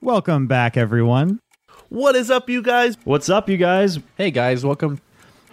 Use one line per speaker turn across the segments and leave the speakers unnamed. Welcome back, everyone.
What is up, you guys?
What's up, you guys?
Hey guys, welcome.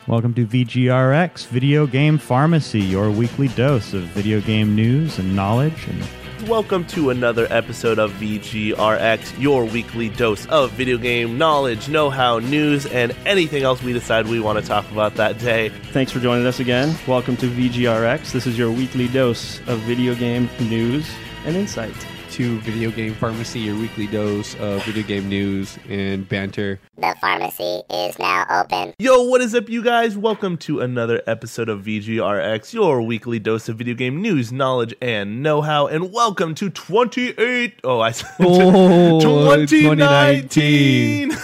Welcome to VGRX Video Game Pharmacy, your weekly dose of video game news and knowledge. And
Welcome to another episode of VGRX, your weekly dose of video game knowledge, know how, news, and anything else we decide we want to talk about that day.
Thanks for joining us again. Welcome to VGRX. This is your weekly dose of video game news and insight.
To Video Game Pharmacy, your weekly dose of video game news and banter.
The pharmacy is now open.
Yo, what is up, you guys? Welcome to another episode of VGRX, your weekly dose of video game news, knowledge, and know how. And welcome to 28. Oh, I said
Oh,
2019.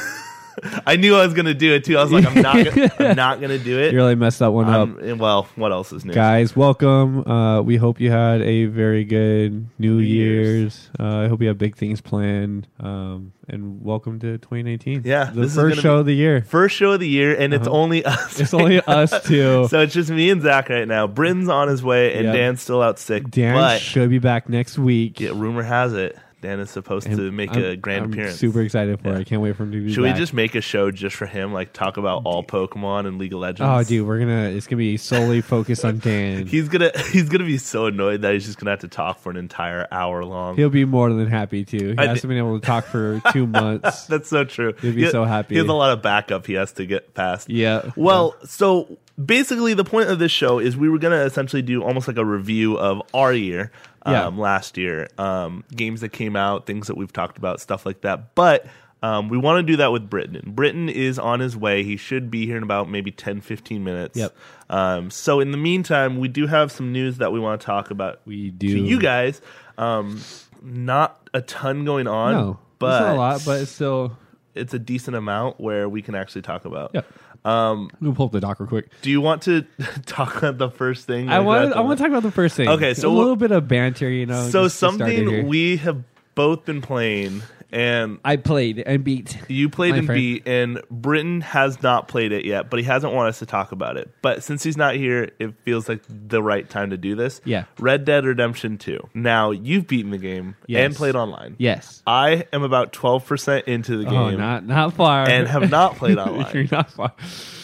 I knew I was going to do it too. I was like, I'm not, gonna, I'm not going to do it.
You really messed that one up.
Um, well, what else is new?
Guys, welcome. Uh, we hope you had a very good New
Year's.
Year's. Uh, I hope you have big things planned. Um, and welcome to 2019.
Yeah,
the
this is
first
gonna
show
be-
of the year.
First show of the year, and it's only us.
Uh-huh. It's only us two.
so it's just me and Zach right now. Britton's on his way, and
Yeah.
Dan's still out sick.
Dan
but
should be back next week.
yeah, rumor has it Dan is supposed
And
to make a
I'm-
grand
I'm
appearance.
Super excited for
Yeah.
it. I can't wait for him to be
Should
back.
we just make a show just for him? Like talk about all Pokemon and League of
Oh,
Legends.
dude, we're gonna. It's gonna be solely focused on Dan.
he's gonna he's gonna be so annoyed that he's just gonna have to talk for an entire hour long.
He'll be more than happy to. He
I
hasn't been able to talk for two months.
That's so true.
He'll be
He-
so happy.
He has a lot of backup he has to get past.
Yeah.
Well, so basically, the point of this show is we were going to essentially do almost like a review of our year, um,
Yeah.
last year, um, games that came out, things that we've talked about, stuff like that. But um, we want to do that with Britton. Britton is on his way. He should be here in about maybe 10, 15 minutes.
Yep.
Um, so, in the meantime, we do have some news that we want to talk about
we do.
to you guys. Um, not a ton going on.
No,
but
it's not a lot, but it's still.
it's a decent amount where we can actually talk about.
Yeah. Um, we pull up the doc real quick.
Do you want to talk about the first thing?
I
Like,
want.
that's-
I want to talk about the first thing.
Okay, so
a
we'll-
little bit of banter, you know.
So
just to start it here.
something we have both been playing, and
I played and beat.
you played
My
and
friend.
beat, and Britain has not played it yet, but he hasn't wanted us to talk about it. But since he's not here, it feels like the right time to do this.
Yeah.
Red Dead Redemption Two. Now you've beaten the game and
Yes.
played online.
Yes.
I am about twelve percent into the game.
Oh, not not far.
And have not played online.
You're not far.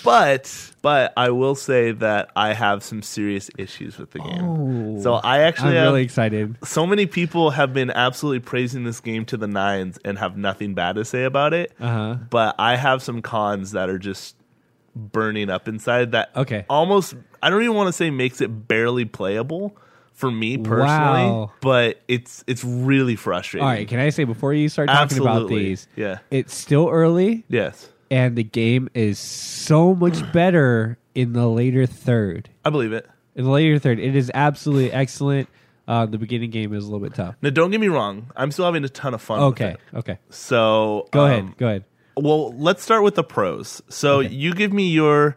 But but I will say that I have some serious issues with the game.
Oh.
so I actually
I'm
have,
really excited.
so many people have been absolutely praising this game to the nines and have nothing bad to say about it.
Uh-huh.
But I have some cons that are just burning up inside that
Okay.
almost I don't even want to say makes it barely playable for me personally,
Wow.
but it's it's really frustrating.
All right. Can I say before you start talking
Absolutely.
about these?
Yeah.
It's still early.
Yes.
and the game is so much better in the later third.
I believe it.
In the later third, it is absolutely excellent. Uh, the beginning game is a little bit tough.
Now don't get me wrong, I'm still having a ton of fun. with
Okay,
it.
okay,
So
go
um,
ahead, go ahead.
Well, let's start with the pros. So you give me your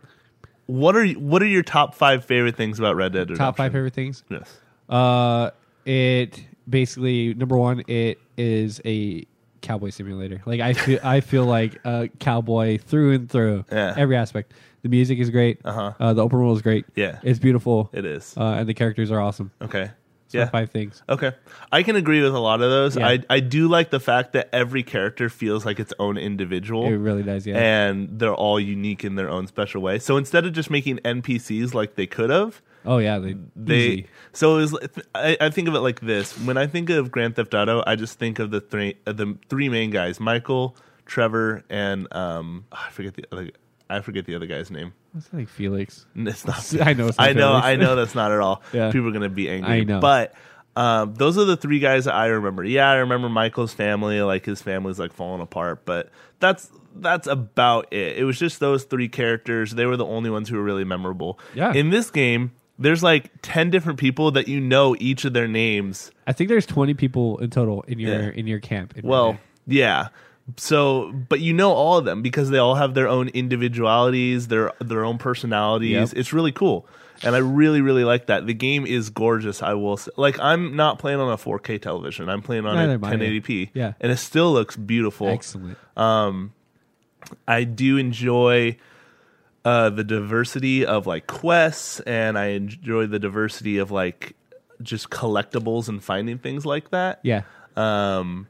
what are what are your top five favorite things about Red Dead Redemption?
Top five favorite things.
Yes.
Uh, it basically number one, it is a cowboy simulator. Like I feel, I feel like a cowboy through and through.
Yeah.
Every aspect. The music is great.
Uh-huh.
Uh, the open world is great.
Yeah.
It's beautiful.
It is.
Uh, and the characters are awesome.
Okay.
So
yeah.
Five things.
Okay. I can agree with a lot of those.
Yeah.
I I do like the fact that every character feels like its own individual.
It really does. Yeah.
and they're all unique in their own special way. So instead of just making NPCs like they could have,
oh yeah. They.
they
easy.
so it was, I, I think of it like this when i think of grand theft auto i just think of the three uh, the three main guys michael trevor and um i forget the other i forget the other guy's name
It's like Felix.
it's not
I know it's not
i know
Felix.
i know that's not at all
Yeah.
people are gonna be angry
I know.
but um, those are the three guys that i remember yeah i remember michael's family like his family's like falling apart but that's that's about it it was just those three characters they were the only ones who were really memorable
Yeah.
in this game there's like 10 different people that you know each of their names
I think there's 20 people in total in your
Yeah.
in your camp. in
well
Renee.
yeah so but you know all of them because they all have their own individualities their their own personalities
Yep.
it's really cool and i really really like that the game is gorgeous i will say. like i'm not playing on a 4k television i'm playing on
Neither
a
am I, yeah.
1080p
Yeah.
and it still looks beautiful
excellent.
I do enjoy uh, the diversity of like quests, and I enjoy the diversity of like just collectibles and finding things like that.
Yeah.
Um,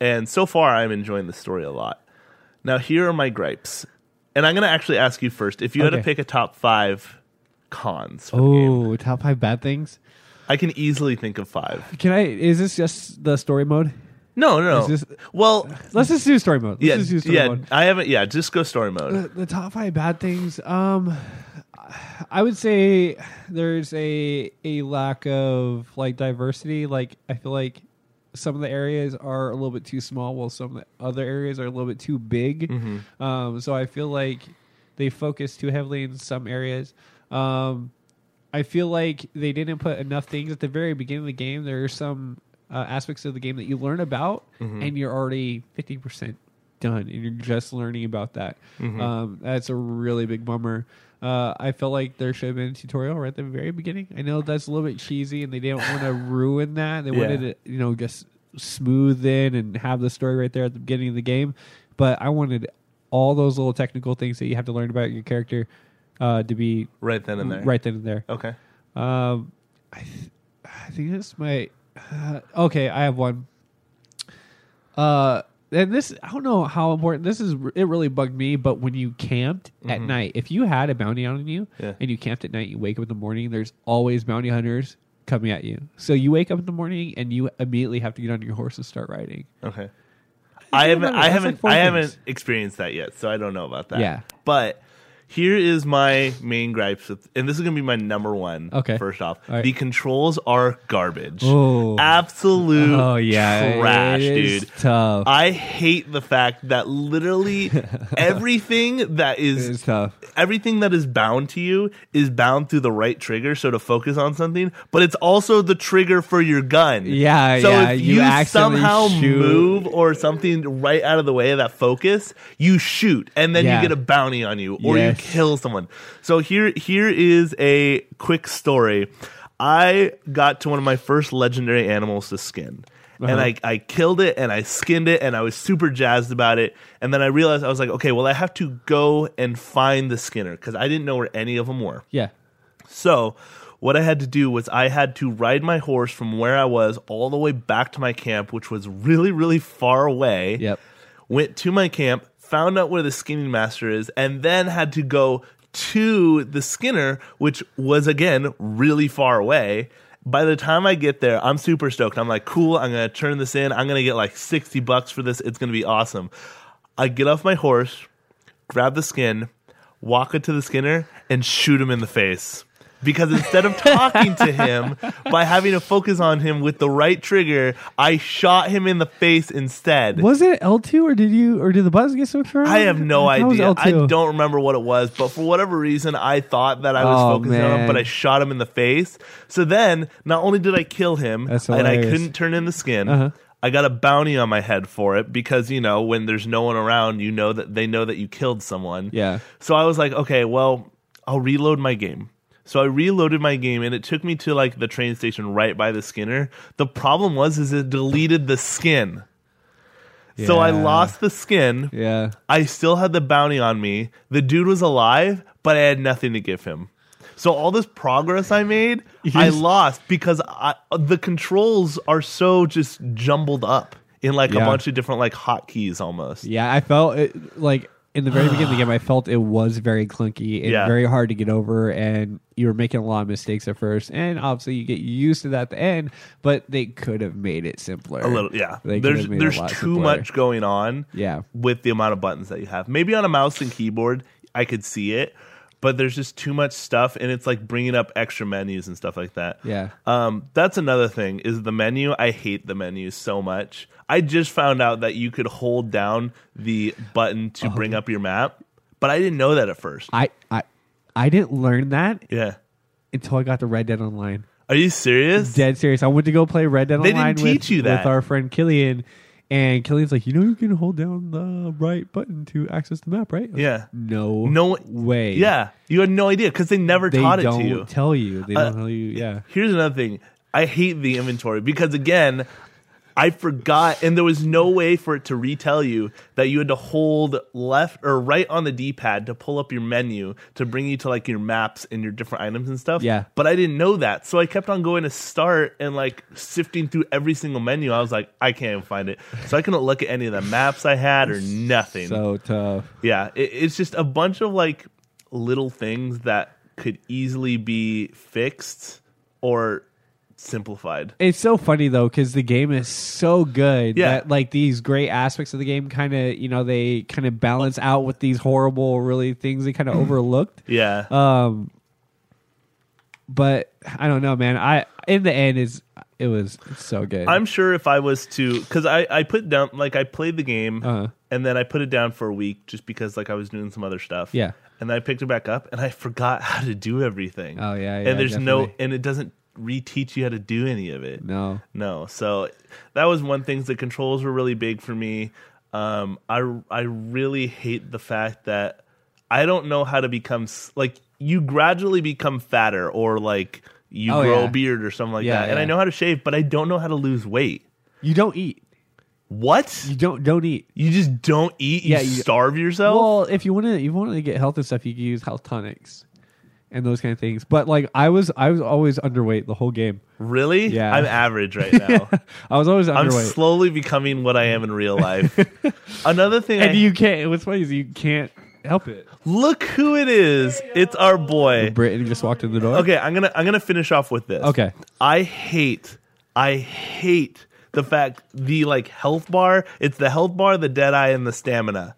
And so far, I'm enjoying the story a lot. Now, here are my gripes. And I'm going to actually ask you first if you had to
Okay.
pick a top five cons. For the game,
Oh, top five bad things.
I can easily think of five.
Can I? Is this just the story mode?
No, no, no.
Is this-
well,
Let's just do story mode. Let's
yeah,
just do story
yeah.
mode.
I haven't. Yeah, just go story mode.
The, the top five bad things. Um, I would say there's a a lack of like diversity. Like I feel like some of the areas are a little bit too small, while some of the other areas are a little bit too big. Um, so I feel like they focus too heavily in some areas. Um, I feel like they didn't put enough things at the very beginning of the game. There are some uh, aspects of the game that you learn about,
Mm-hmm.
and you're already fifty percent done, and you're just learning about that.
Mm-hmm.
Um, that's a really big bummer. Uh, I felt like there should have been a tutorial right at the very beginning. I know that's a little bit cheesy, and they didn't want to ruin that. They wanted
Yeah.
it, you know, just smooth in and have the story right there at the beginning of the game. But I wanted all those little technical things that you have to learn about your character uh, to be
Right then and there.
Mm, right then and there.
Okay.
Um, I, th- I think this might. Uh, okay, I have one. Uh, and this I don't know how important this is. It really bugged me. But when you camped at night, if you had a bounty on you
Yeah.
and you camped at night, you wake up in the morning. There's always bounty hunters coming at you. So you wake up in the morning and you immediately have to get on your horse and start riding.
Okay. I haven't
remember.
I
That's
haven't
like four
I
things.
haven't experienced that yet, so I don't know about that.
Yeah.
But here is my main gripes with, and this is gonna be my number one.
Okay.
First off,
All right.
the controls are garbage.
Oh.
Absolute trash,
it is
dude.
Tough.
I hate the fact that literally everything that
it
is
is tough.
everything that is bound to you is bound through the right trigger, so to focus on something, but it's also the trigger for your gun.
Yeah,
so
yeah,
if
you
you,
accidentally
somehow
shoot.
move or something right out of the way of that focus, you shoot, and then
Yeah.
you get a bounty on you, or
Yes.
you kill someone. So here, here is a quick story. I got to one of my first legendary animals to skin. And I, I killed it and I skinned it and I was super jazzed about it. And then I realized I was like, okay, well, I have to go and find the skinner because I didn't know where any of them were.
Yeah.
So, what I had to do was I had to ride my horse from where I was all the way back to my camp, which was really, really far away.
Yep.
Went to my camp, found out where the skinning master is, and then had to go to the skinner, which was again really far away. By the time I get there, I'm super stoked. I'm like, cool, I'm gonna turn this in. I'm gonna get like 60 bucks for this. It's gonna be awesome. I get off my horse, grab the skin, walk it to the skinner, and shoot him in the face. Because instead of talking to him by having to focus on him with the right trigger, I shot him in the face instead.
Was it L two or did you or did the buttons get switched around?
I have no
That was
idea. I
L2.
don't remember what it was, but for whatever reason, I thought that I was
Oh,
focusing on him, but
man.
I shot him in the face. So then, not only did I kill him,
That's
and I
hilarious. Uh-huh.
couldn't turn in the skin. I got a bounty on my head for it because you know when there's no one around, you know that they know that you killed someone.
Yeah.
So I was like, okay, well, I'll reload my game. So I reloaded my game and it took me to like the train station right by the Skinner. The problem was is it deleted the skin. So I
Yeah.
lost the skin.
Yeah.
I still had the bounty on me. The dude was alive, but I had nothing to give him. So all this progress I made, I lost because I, the controls are so just jumbled up in like a
Yeah.
bunch of different like hotkeys almost.
Yeah, I felt it, like in the very beginning of the game, I felt it was very clunky and
Yeah.
very hard to get over, and you were making a lot of mistakes at first, and obviously you get used to that at the end. But they could have made it simpler.
A little, yeah.
They could
There's
have made it a
there's
lot
too
simpler.
much going on.
Yeah.
with the amount of buttons that you have. Maybe on a mouse and keyboard, I could see it, but there's just too much stuff, and it's like bringing up extra menus and stuff like that.
Yeah.
Um, that's another thing is the menu. I hate the menu so much. I just found out that you could hold down the button to
Oh,
bring up your map, but I didn't know that at first.
I I I didn't learn that
yeah.
until I got to Red Dead Online.
Are you serious?
Dead serious. I went to go play Red Dead
They didn't
Online
teach
with,
you that.
with our friend Killian. And Killian's like, you know, you can hold down the right button to access the map, right? I was
Yeah.
like, No.
No
way.
Yeah. You had no idea because they never
They
taught it
don't
to you.
tell you. They
Uh,
don't tell you. Yeah.
Here's another thing. I hate the inventory because again, I forgot, and there was no way for it to retell you that you had to hold left or right on the D pad to pull up your menu to bring you to like your maps and your different items and stuff.
Yeah.
But I didn't know that. So I kept on going to start and like sifting through every single menu. I was like, I can't even find it. So I couldn't look at any of the maps I had or nothing.
So tough.
Yeah, it, it's just a bunch of like little things that could easily be fixed or simplified.
It's so funny though because the game is so good
Yeah.
that like these great aspects of the game kind of you know they kind of balance out with these horrible really things they kind of overlooked.
Yeah.
Um, but I don't know, man. I in the end is it was so good.
I'm sure if I was to, because I, I put down, like, I played the game
Uh-huh.
and then I put it down for a week just because, like, I was doing some other stuff.
Yeah.
And then I picked it back up and I forgot how to do everything.
Oh, yeah, yeah,
And there's no,
definitely.
and it doesn't reteach you how to do any of it.
no.
No. So that was one thing. The controls were really big for me. Um, I I really hate the fact that I don't know how to become s- like you gradually become fatter or like you
Oh,
grow
yeah.
a beard or something like
Yeah,
that. And I
yeah.
know how to shave, but I don't know how to lose weight.
You don't eat.
What?
You don't don't eat.
You just don't eat? You
Yeah, you-
starve yourself?
Well, if you want to, you want to get health and stuff, you can use health tonics and those kind of things. But like I was, I was always underweight the whole game.
really?
Yeah.
I'm average right now.
I was always
I'm
underweight.
slowly becoming what I am in real life. Another thing I
and you can't. What's funny is you can't help it.
look who it is. It's our boy.
Brittany just walked in the door.
Okay, I'm gonna I'm gonna finish off with this.
Okay.
I hate I hate the fact the like health bar. It's the health bar, the dead eye, and the stamina.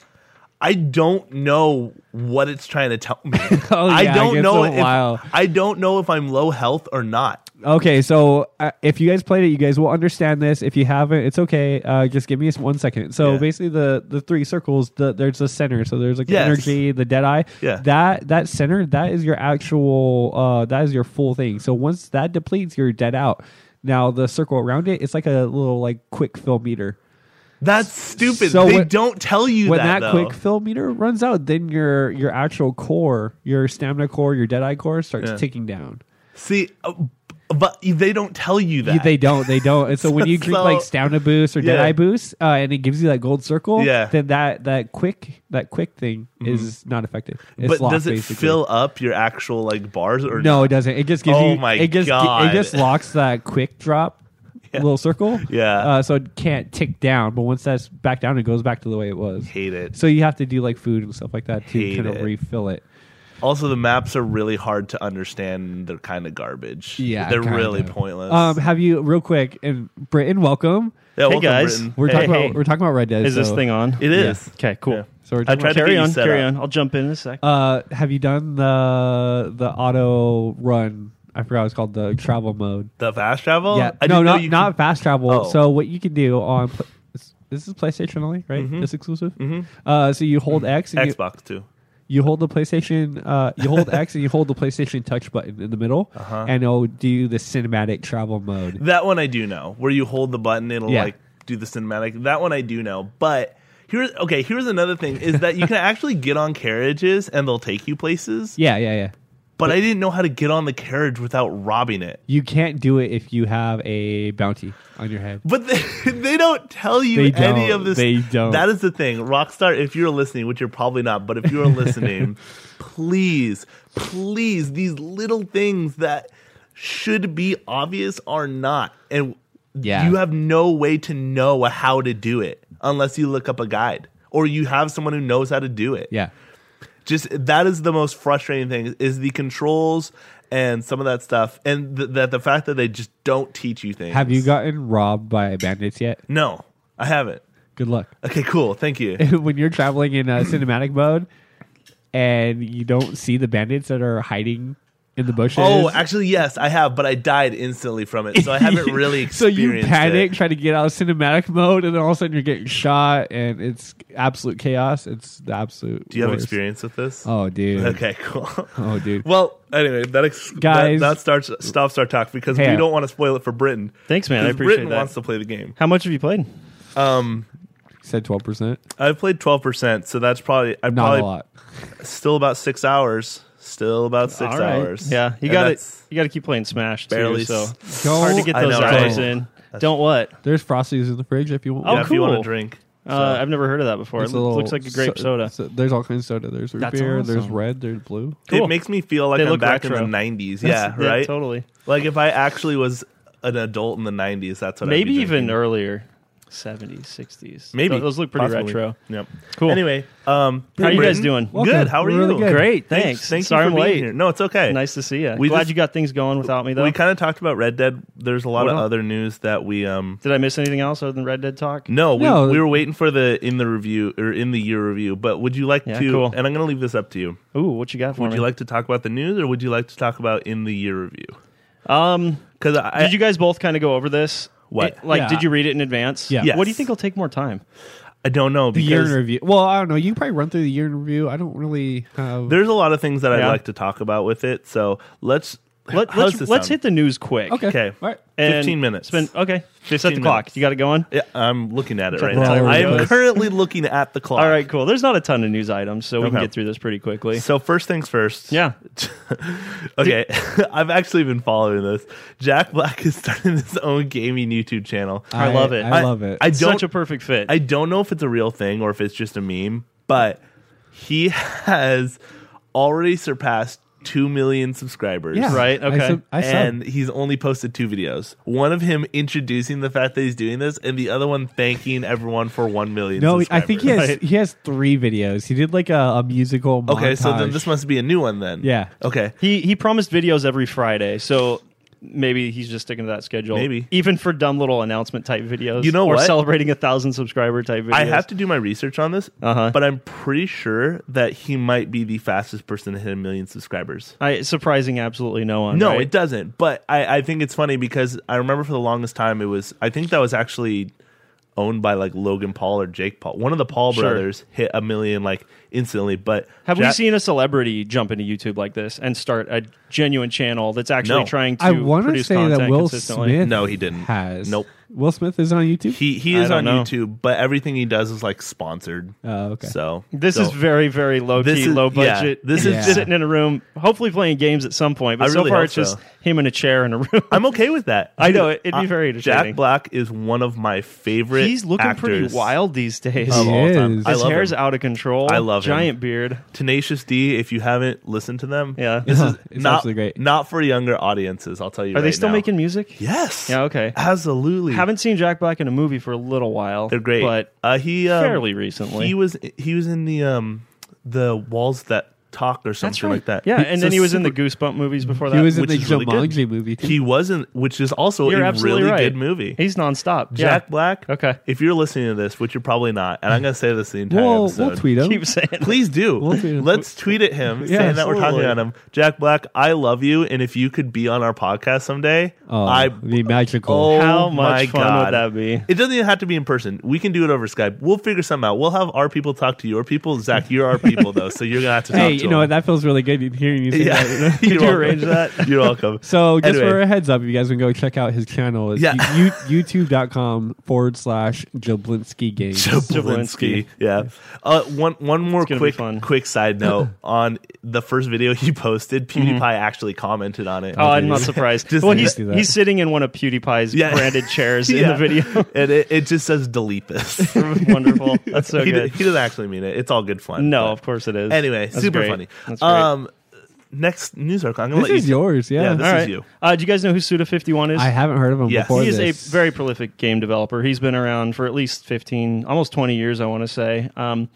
I don't know what it's trying to tell me.
Oh, yeah,
I
it
don't
gets
know
a while.
if I don't know if I'm low health or not.
Okay, so uh, if you guys played it, you guys will understand this. If you haven't, it's okay. Uh, just give me s- one second. So
Yeah.
basically, the the three circles, the, there's the center. So there's like
Yes.
energy, the dead eye.
Yeah.
That that center, that is your actual, uh, that is your full thing. So once that depletes, you're dead out. Now the circle around it, it's like a little like quick fill meter.
That's stupid.
So
they
when-
don't tell you
When
that,
that,
though.
quick fill meter runs out, then your your actual core, your stamina core, your dead eye core starts
Yeah.
ticking down.
See, uh, but they don't tell you that.
You- they don't. They don't. And so when you drink
So-
like stamina boost or
Yeah.
dead eye boost, uh, and it gives you that gold circle,
Yeah. Mm-hmm.
then that that quick that quick thing is not effective. It's
but
locked,
does it
basically.
fill up your actual like bars or
No, it doesn't. It just gives
Oh
you.
my
it just,
God.
It just locks that quick drop little circle.
Yeah.
Uh, so it can't tick down. But once that's back down, it goes back to the way it was.
Hate it.
So you have to do like food and stuff like that to
Hate
kind of
it.
refill it.
Also, the maps are really hard to understand. They're kind of garbage.
Yeah,
they're
kind
really
of.
pointless.
Um, have you real quick and Britain, welcome.
yeah, welcome,
guys.
Britain.
We're
Hey,
talking
hey.
about we're talking about Red Dead.
Is this
so-
thing on?
It is.
Okay, cool.
Yeah.
So we're
I
talking
tried to
Carry
get you
on,
set
carry
up.
on. I'll jump in in a sec.
Uh, have you done the the auto run? I forgot it's called the travel mode.
The fast travel?
yeah,
Oh, I
no,
didn't know
not
you
not fast travel.
Oh.
So what you can do on pl- this- this is PlayStation only, right? This exclusive. Uh, so you hold X
could-
and you,
Mm-hmm. Xbox too.
you hold the PlayStation. Uh, you hold X and you hold the PlayStation Touch button in the middle,
Uh-huh.
and it'll do the cinematic travel mode.
That one I do know, where you hold the button, it'll
Yeah.
like do the cinematic. That one I do know, but. Here's okay. Here's another thing: is that you can actually get on carriages and they'll take you places.
Yeah, yeah, yeah.
But I didn't know how to get on the carriage without robbing it.
You can't do it if you have a bounty on your head.
But they, they don't tell you
They
any
don't.
of this.
They don't.
That is the thing. Rockstar, if you're listening, which you're probably not, but if you're listening, please, please, these little things that should be obvious are not. And
Yeah.
you have no way to know how to do it unless you look up a guide or you have someone who knows how to do it
Yeah,
just that is the most frustrating thing is the controls and some of that stuff and th- that the fact that they just don't teach you things
have you gotten robbed by bandits yet?
no i haven't
Good luck.
okay cool thank you
when you're traveling in uh, cinematic mode and you don't see the bandits that are hiding in the bushes.
oh actually yes i have but i died instantly from it so i haven't really experienced
so you panic,
it.
try to get out of cinematic mode, and then all of a sudden you're getting shot, and it's absolute chaos. It's the absolute.
do you have
worst.
experience with this
Oh, dude.
okay cool
Oh, dude.
well anyway that, ex-
Guys.
that, that starts stops our talk because
Hey.
we don't want to spoil it for britain
Thanks, man. I
'Cause
appreciate
britain
that.
wants to play the game
How much have you played?
um
Said twelve percent.
i've played 12% so that's probably i
Not
probably
a lot.
still about six hours. Still about six
All right.
hours.
Yeah, you
And
got it.
that's
You got to keep playing Smash too.
Barely.
So
s-
Go
hard to get
I
those
know,
hours
right?
in. Don't what?
There's frosties in the fridge if you want.
Oh,
yeah, if you want to
cool.
drink.
Uh,
So-
I've never heard of that before. It
It's
loo- looks like a grape
so-
soda.
so- there's all kinds of soda. There's root
That's
beer. There's
awesome.
red. There's blue.
Cool.
It makes me feel like
They
I'm
look
back
retro.
in the 90s.
That's-
Yeah, right?
Totally.
Like if I actually was an adult in the 90s, that's what I'd
Maybe
be
even
drinking.
earlier, 70s, 60s.
Maybe.
Those, those look pretty
Possibly.
retro.
Yep.
Cool.
Anyway, um,
How you guys
Britton?
doing?
Good.
Welcome.
How are
We're
you?
really good.
Great, thanks.
Thanks. Thank
Sorry
you for
I'm
being
late.
here. No, it's okay.
Nice to see you.
We
Glad
just-
you got things going without me though.
We kind of talked about Red Dead. There's a lot of
Wow.
other news that we um
Did I miss anything else other than Red Dead talk?
No, we,
No.
we were waiting for the in the review or in the year review. But would you like
Yeah,
to?
cool.
And I'm going to leave this up to you.
Ooh, what you got for
Would
me?
you like to talk about the news, or would you like to talk about in the year review?
um,
Because I,
did you guys both kind of go over this?
What?
It- like,
Yeah.
did you read it in advance?
Yeah.
Yes.
What do you think will take more time?
I don't know
The year in
because
review. Well, I don't know. You can probably run through the year in review. I don't really have.
there's a lot of things that I'd
Yeah.
like to talk about with it. So let's
Let,
how's
let's
this
let's hit
sound?
the news quick.
okay.
okay.
All right.
And
15 minutes.
Spend, okay. Set the
15
clock.
minutes.
You got it going?
Yeah, I'm looking at it right
the
now.
timer
I am
goes.
currently looking at the clock.
All right, cool. There's not a ton of news items, so we can
Okay.
get through this pretty quickly.
So first things first.
yeah.
okay, I've actually been following this. Jack Black is starting his own gaming YouTube channel.
I love it.
I, love it.
I don't
Such a perfect fit.
I don't know if it's a real thing or if it's just a meme, but he has already surpassed 2 million subscribers.
yeah.
right, okay.
I, sub- I sub.
And he's only posted two videos. One of him introducing the fact that he's doing this, and the other one thanking everyone for 1 million
no, I
subscribers.
think he has
Right.
he has three videos. He did like a, a musical. Montage.
Okay, so then this must be a new one then.
Yeah.
Okay.
He he promised videos every Friday, so maybe he's just sticking to that schedule.
Maybe.
even for dumb little announcement type videos.
You know
or
what?
celebrating a thousand subscriber type videos.
I have to do my research on this,
Uh-huh.
but I'm pretty sure that he might be the fastest person to hit a million subscribers.
I, surprising absolutely no one.
No,
right?
it doesn't. But I, I think it's funny because I remember for the longest time it was I think that was actually owned by like Logan Paul or Jake Paul. One of the Paul
Sure.
brothers hit a million like instantly. But
Have we
Jack-
seen a celebrity jump into YouTube like this and start a genuine channel that's actually
No.
trying to
I want to
produce
say
content
that Will
consistently?
Smith.
No, he didn't.
Has
Nope.
Will Smith is on YouTube.
he he
I
is
don't
on
know.
YouTube, but everything he does is like sponsored.
Oh, okay.
So
This
so
is very, very low
This
key,
is-
low
yeah.
budget.
This
He's
is just-
sitting in a room, hopefully playing games at some point. But
I
so
really
far,
hope
it's just
so.
him in a chair in a room.
I'm okay with that.
I know, it'd be very entertaining.
Jack Black is one of my favorite.
He's looking
actors
pretty wild these days.
Of
He
all time.
is.
I
His
love
hair's
him.
out of control.
I love him.
giant beard.
Tenacious D. If you haven't listened to them,
Yeah.
this is
It's
not
absolutely great.
Not for younger audiences. I'll tell you.
Are they
right
still
now.
making music?
Yes.
Yeah, okay.
Absolutely.
Haven't seen Jack Black in a movie for a little while.
They're great.
but
uh, he um,
fairly recently.
He was he was in the um the walls that talk or something like that.
Yeah,
It's
and then
a
he was in the
super-
Goosebump movies before that.
He was in
which
the
is really
Jumanji
good.
movie. Too.
he wasn't, which is also
You're
a
absolutely
really
right.
good movie.
He's nonstop.
Jack
yeah.
Black.
Okay.
If you're listening to this, which you're probably not, and I'm gonna say this the entire
we'll,
episode.
we'll tweet him.
Keep saying that.
Please do.
tweet him.
Let's tweet at him
Yeah,
saying that we're talking
absolutely.
about him. Jack Black, I love you, and if you could be on our podcast someday,
Oh,
I
the magical.
Oh
How
my
much fun
God.
would that be?
It doesn't even have to be in person. We can do it over Skype. We'll figure something out. We'll have our people talk to your people. Zach, you're our people though, so you're gonna have to talk
hey,
to
you know
them.
what? That feels really good hearing you say
yeah.
that.
You're
you
welcome.
arrange that?
You're welcome.
So just
Anyway.
for a heads up, if you guys can go check out his channel, it's
Yeah.
you, youtube.com forward slash Jablinski Games.
Jablinski. Yeah. Uh, one one more
gonna be
quick
fun.
quick side note on the first video he posted, PewDiePie actually commented on it.
Mm-hmm. Oh, I'm not surprised.
Just
well,
do
he's
that.
he's sitting in one of PewDiePie's
Yeah.
branded chairs in
Yeah.
the video.
and it, it just says delete this.
Wonderful. That's so
he, d-
good.
he doesn't actually mean it. It's all good fun.
no,
but-
of course it is.
Anyway,
That's
super
great.
funny.
That's great.
Um, next news article. I'm gonna
This
let
is
you.
yours, yeah.
Yeah, this
All
is
right.
you.
Uh, do you guys know who Suda51 is?
I haven't heard of him
Yes.
before.
He is
this.
a very prolific game developer. He's been around for at least 15, almost 20 years, I want to say. Um,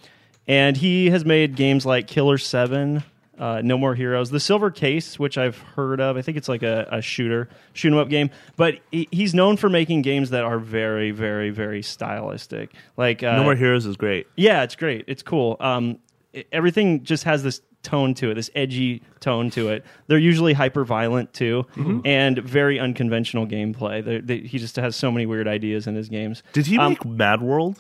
and he has made games like Killer 7, uh, No More Heroes, The Silver Case, which I've heard of. I think it's like a, a shooter, shoot 'em up game. But he, he's known for making games that are very, very, very stylistic. Like uh,
No More Heroes is great.
yeah, it's great. It's cool. Um, i- everything just has this tone to it, this edgy tone to it. They're usually hyper violent too,
Mm-hmm.
and very unconventional gameplay. They're, they, he just has so many weird ideas in his games.
Did he
Um,
make Mad World?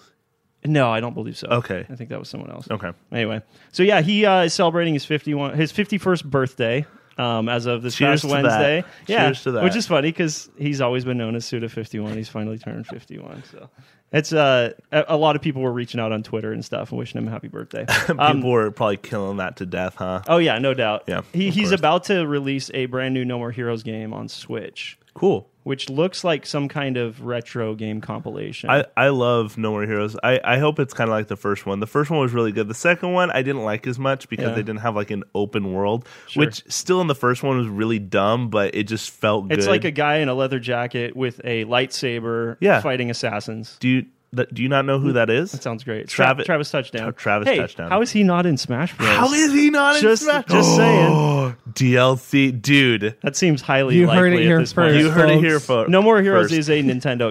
No, I don't believe so.
Okay.
I think that was someone else.
Okay.
Anyway, so yeah, he uh, is celebrating his fifty one, his fifty first birthday. Um, as of this
Cheers
past
to that.
Wednesday, yeah,
Cheers to that.
which is funny because he's always been known as Suda fifty one. He's finally turned fifty one, so it's uh, a, a lot of people were reaching out on Twitter and stuff and wishing him a happy birthday. Um,
People were probably killing that to death, huh?
oh yeah, no doubt.
Yeah,
he,
of
he's
course.
about to release a brand new No More Heroes game on Switch.
Cool.
which looks like some kind of retro game compilation.
I, I love No More Heroes. I, I hope it's kind of like the first one. The first one was really good. The second one I didn't like as much because
Yeah.
they didn't have like an open world,
Sure.
which still in the first one was really dumb, but it just felt good.
it's like a guy in a leather jacket with a lightsaber
Yeah.
fighting assassins.
do you th- do you not know who that is?
That sounds great. Tra-
Travis-
Travis touchdown.
Tra- Travis
hey,
Touchdown.
How is he not in Smash Bros?
How is he not
Just-
in Smash?
just saying.
DLC, dude.
That seems highly
You
likely
heard it
at
here
this point.
first.
You heard it here fo-
folks.
No More Heroes
first.
is a Nintendo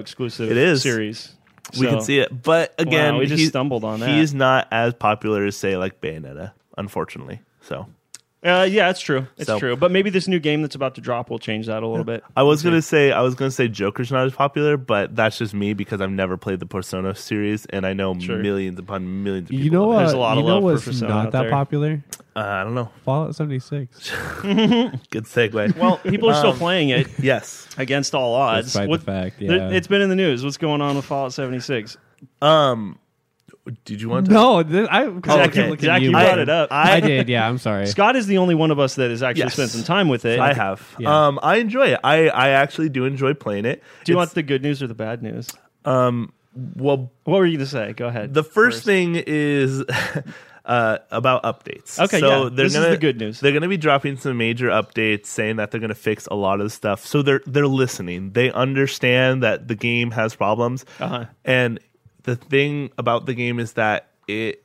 exclusive
It is.
series.
we can
So,
see it, but again,
Wow, we just
he-
stumbled on that.
He's not as popular as say like Bayonetta, unfortunately. So
Uh, yeah, it's true. It's
So-
true. But maybe this new game that's about to drop will change that a little bit.
I was gonna say I was gonna say Joker's not as popular, but that's just me because I've never played the Persona series, and I know
Sure.
millions upon millions. Of people
You know
love
what?
There's a lot
you
of
know
love for
what's
Persona out
not that
there.
popular?
it. Uh, I don't know.
Fallout
Good
76.
segue.
Well, people are
um,
still playing it
yes.
against all odds.
Despite the fact,
there-
yeah.
It's been in the news. What's going on with Fallout 76?
Um, did you want to?
no, th- I,
Zach,
keep
you-
looking
Zach,
at
you
man.
brought it up.
I did. Yeah, I'm sorry.
Scott is the only one of us that has actually
Yes.
spent some time with it.
I have.
Yeah.
Um, I enjoy it. I, I actually do enjoy playing it.
Do you
It's-
want the good news or the bad news?
well,
What were you going to say? Go ahead.
the first, thing is uh, about updates.
Okay,
so
yeah.
they're
This is
gonna,
the good news.
They're going to be dropping some major updates, saying that they're going to fix a lot of the stuff. So they're they're listening. They understand that the game has problems,
Uh-huh.
and the thing about the game is that it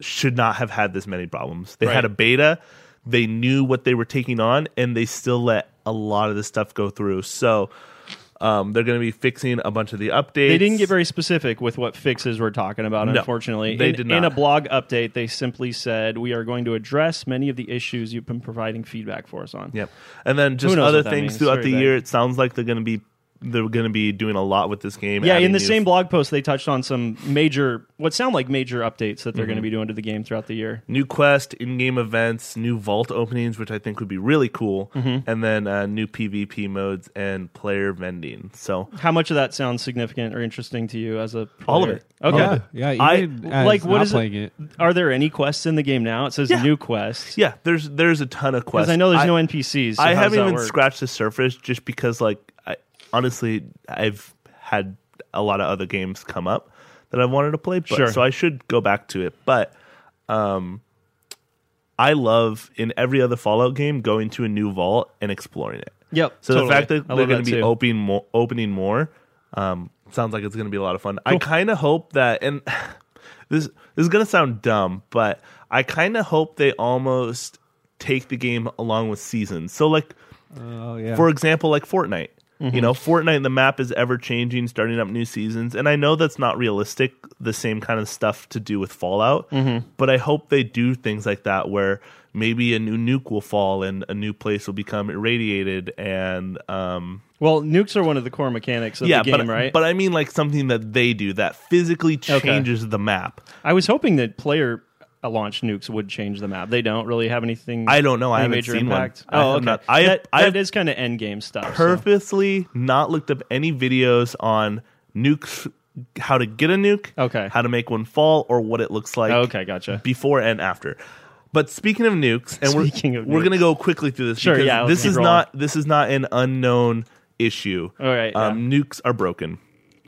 should not have had this many problems. They
Right.
had a beta, they knew what they were taking on, and they still let a lot of this stuff go through. So. Um, they're going to be fixing a bunch of the updates.
They didn't get very specific with what fixes we're talking about,
No,
unfortunately.
they
in,
did
in
not.
a blog update, they simply said, We are going to address many of the issues you've been providing feedback for us on.
Yep. And then just
knows
other
what that
things
means?
throughout
Very
the
vague.
year. It sounds like they're going to be they're going to be doing a lot with this game.
Yeah, in
adding
the
new-
same blog post, they touched on some major, what sound like major updates that they're
Mm-hmm.
going to be doing to the game throughout the year.
new quest, in-game events, new vault openings, which I think would be really cool,
Mm-hmm.
and then uh, new PvP modes and player vending. So
How much of that sounds significant or interesting to you as a player?
All of it.
Okay.
Yeah, yeah.
I-
Even as
like, what
not
is it-
playing it?
Are there any quests in the game now? It says
Yeah.
new quests.
yeah, there's there's a ton of quests.
Because I know there's no NPCs. so
I
how does
haven't
that
even
work?
scratched the surface just because, like, I honestly, I've had a lot of other games come up that I wanted to play, but,
Sure.
so I should go back to it. But um, I love in every other Fallout game going to a new vault and exploring it.
Yep.
So
totally.
the fact that
I
they're
love
going to
that
be
too.
opening more, opening more, um, sounds like it's going to be a lot of fun. I kind of hope that, and this this is going to sound dumb, but I kind of hope they almost take the game along with seasons. So like
Oh yeah.
for example, like Fortnite. You know,
Mm-hmm.
Fortnite, the map is ever changing, starting up new seasons. And I know that's not realistic, the same kind of stuff to do with Fallout,
Mm-hmm.
but I hope they do things like that where maybe a new nuke will fall and a new place will become irradiated. And, um,
Well, nukes are one of the core mechanics of
yeah,
the
but,
game, right?
but I mean like something that they do that physically changes the map.
I was hoping that player uh, launch nukes would change the map. They don't really have anything.
I don't know. I
any
haven't
major
seen one.
impact.
I
Oh,
have
okay.
not- I-
that,
I-
that is kind of end game stuff. so-
purposely not looked up any videos on nukes how to get a nuke
Okay.
how to make one fall or what it looks like
Okay, gotcha.
before and after but speaking of nukes and
Speaking
we're
of
we're
nukes.
going to go quickly through this
Sure,
because
yeah, let's
this
keep
is
rolling.
not this is not an unknown issue
All right,
um, nukes are broken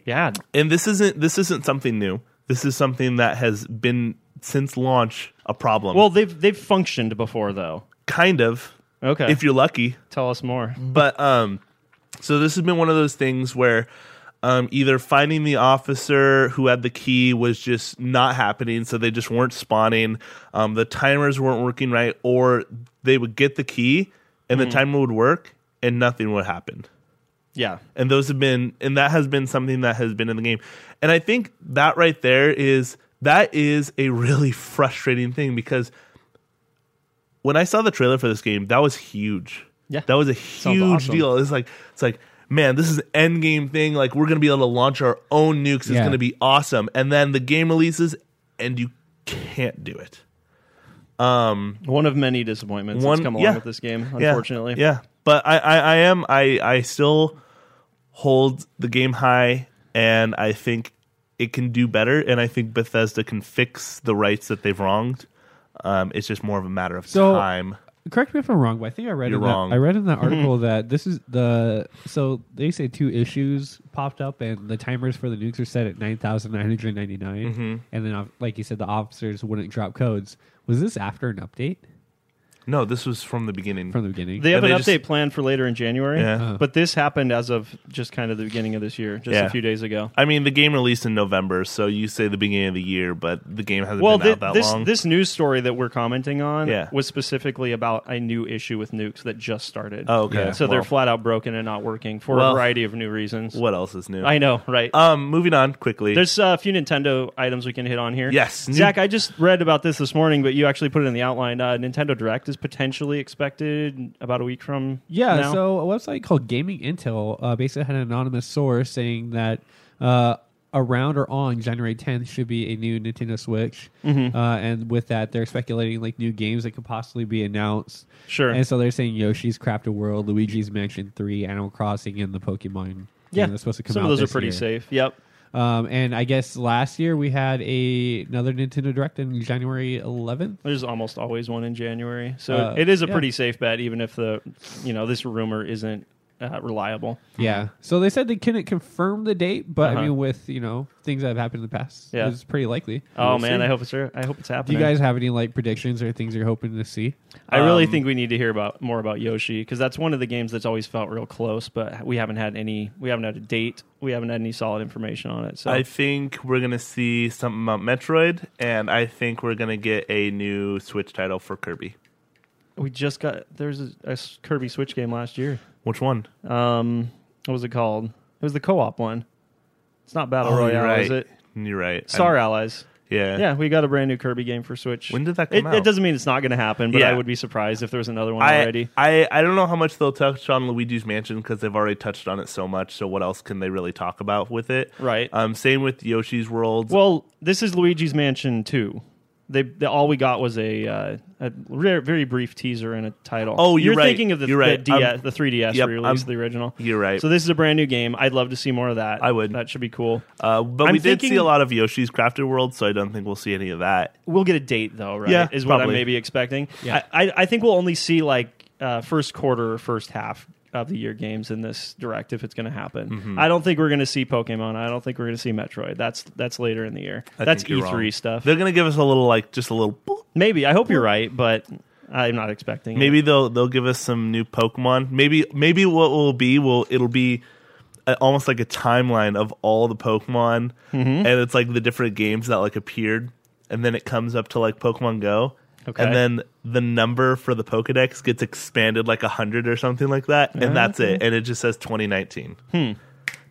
Yeah.
and this isn't this isn't something new this is something that has been since launch a problem
Well, they've they've functioned before though.
kind of
Okay.
if you're lucky
tell us more,
but um so this has been one of those things where um either finding the officer who had the key was just not happening so they just weren't spawning um the timers weren't working right or they would get the key and the timer would work and nothing would happen
yeah.
and those have been and that has been something that has been in the game and i think that right there is that is a really frustrating thing because when i saw the trailer for this game that was huge
Yeah.
that was a huge
awesome.
deal it's like it's like man this is an end game thing like we're gonna be able to launch our own nukes it's
Yeah.
gonna be awesome and then the game releases and you can't do it
One of many disappointments
One-
that's come along
yeah.
with this game,
Yeah.
unfortunately.
Yeah. But I, I, I am I, I still hold the game high and I think it can do better and I think Bethesda can fix the rights that they've wronged. Um, it's just more of a matter of
So-
time.
correct me if I'm wrong, but I think I read
You're
in that-
wrong.
I read in that article that this is the so they say two issues popped up and the timers for the nukes are set at nine
Mm-hmm.
and then uh, like you said, the officers wouldn't drop codes. Was this after an update
No, this was from the beginning.
from the beginning?
They have
And
an
they
update
just-
planned for later in January,
Yeah. Uh-huh.
but this happened as of just kind of the beginning of this year, just
Yeah.
a few days ago.
I mean, the game released in November, so you say the beginning of the year, but the game hasn't
Well,
been
thi-
out that
this
long.
this news story that we're commenting on
Yeah.
was specifically about a new issue with nukes that just started.
Oh, okay. Yeah.
So they're
Well-
flat out broken and not working for
Well-
a variety of new reasons.
what else is new?
I know, right?
um, moving on quickly.
There's uh, a few Nintendo items we can hit on here.
Yes.
Zach, I just read about this this morning, but you actually put it in the outline. Uh, Nintendo Direct is potentially expected about a week from
Yeah,
now.
so a website called Gaming Intel uh, basically had an anonymous source saying that uh, around or on January 10th should be a new Nintendo Switch,
Mm-hmm.
uh, and with that, they're speculating like new games that could possibly be announced.
Sure.
And so they're saying Yoshi's Crafted World, Luigi's Mansion 3, Animal Crossing, and the Pokemon.
yeah,
game that's supposed to come
some
out.
of those
this
are pretty
year.
safe. Yep.
Um, and I guess last year we had a another Nintendo Direct on January 11th.
There's almost always one in January, so
Uh,
it is a
yeah.
pretty safe bet, even if the you know this rumor isn't uh, reliable.
Yeah. So they said they couldn't confirm the date, but
Uh-huh.
I mean, with you know things that have happened in the past,
Yeah.
it's pretty likely.
Oh
We'll
man,
see.
I hope it's I hope it's
Do you
happening.
guys have any like predictions or things you're hoping to see?
I really
Um,
think we need to hear about more about Yoshi because that's one of the games that's always felt real close, but we haven't had any. We haven't had a date. We haven't had any solid information on it. So
I think we're gonna see something about Metroid, and I think we're gonna get a new Switch title for Kirby.
we just got there's a, a s- Kirby Switch game last year.
Which one?
Um, what was it called? It was the co-op one. It's not Battle Oh, Royale,
Oh, you're right.
is it?
You're right. I'm-
Star Allies.
yeah.
Yeah, we got a brand new Kirby game for Switch.
When did that
It,
come out?
it doesn't mean it's not going to happen, but I
Yeah.
would be surprised if there was another one
I,
already.
I I don't know how much they'll touch on Luigi's Mansion because they've already touched on it so much. So what else can they really talk about with it?
Right.
Um. Same with Yoshi's World.
Well, this is Luigi's Mansion 2. They, the, all we got was a, uh, a re- very brief teaser and a title.
Oh, you're
you're
right.
thinking of the,
You're right.
the, DS,
I'm-
the 3DS
Yep,
release,
I'm-
the original.
you're right.
So this is a brand new game. I'd love to see more of that.
I would.
That should be cool.
uh, but
I'm
we did see
thinking-
a lot of Yoshi's Crafted World, so I don't think we'll see any of that.
We'll get a date though, right?
Yeah,
is what
probably.
I'm maybe expecting.
Yeah.
I, I, I think we'll only see like uh, first quarter or first half of the year games in this direct if it's going to happen.
Mm-hmm.
I don't think we're going to see Pokemon. I don't think we're going to see Metroid. That's that's later in the year.
I
that's
think you're
E3
wrong.
stuff.
They're gonna give us a little like just a little. boop.
Maybe. I hope you're right, but I'm not expecting. it.
Maybe they'll they'll give us some new Pokemon. Maybe maybe what will be will it'll be uh almost like a timeline of all the Pokemon, and it's like the different games that like appeared, and then it comes up to like Pokemon Go.
Okay.
And then the number for the Pokedex gets expanded like hundred or something like that, and that's it. And it just says 2019.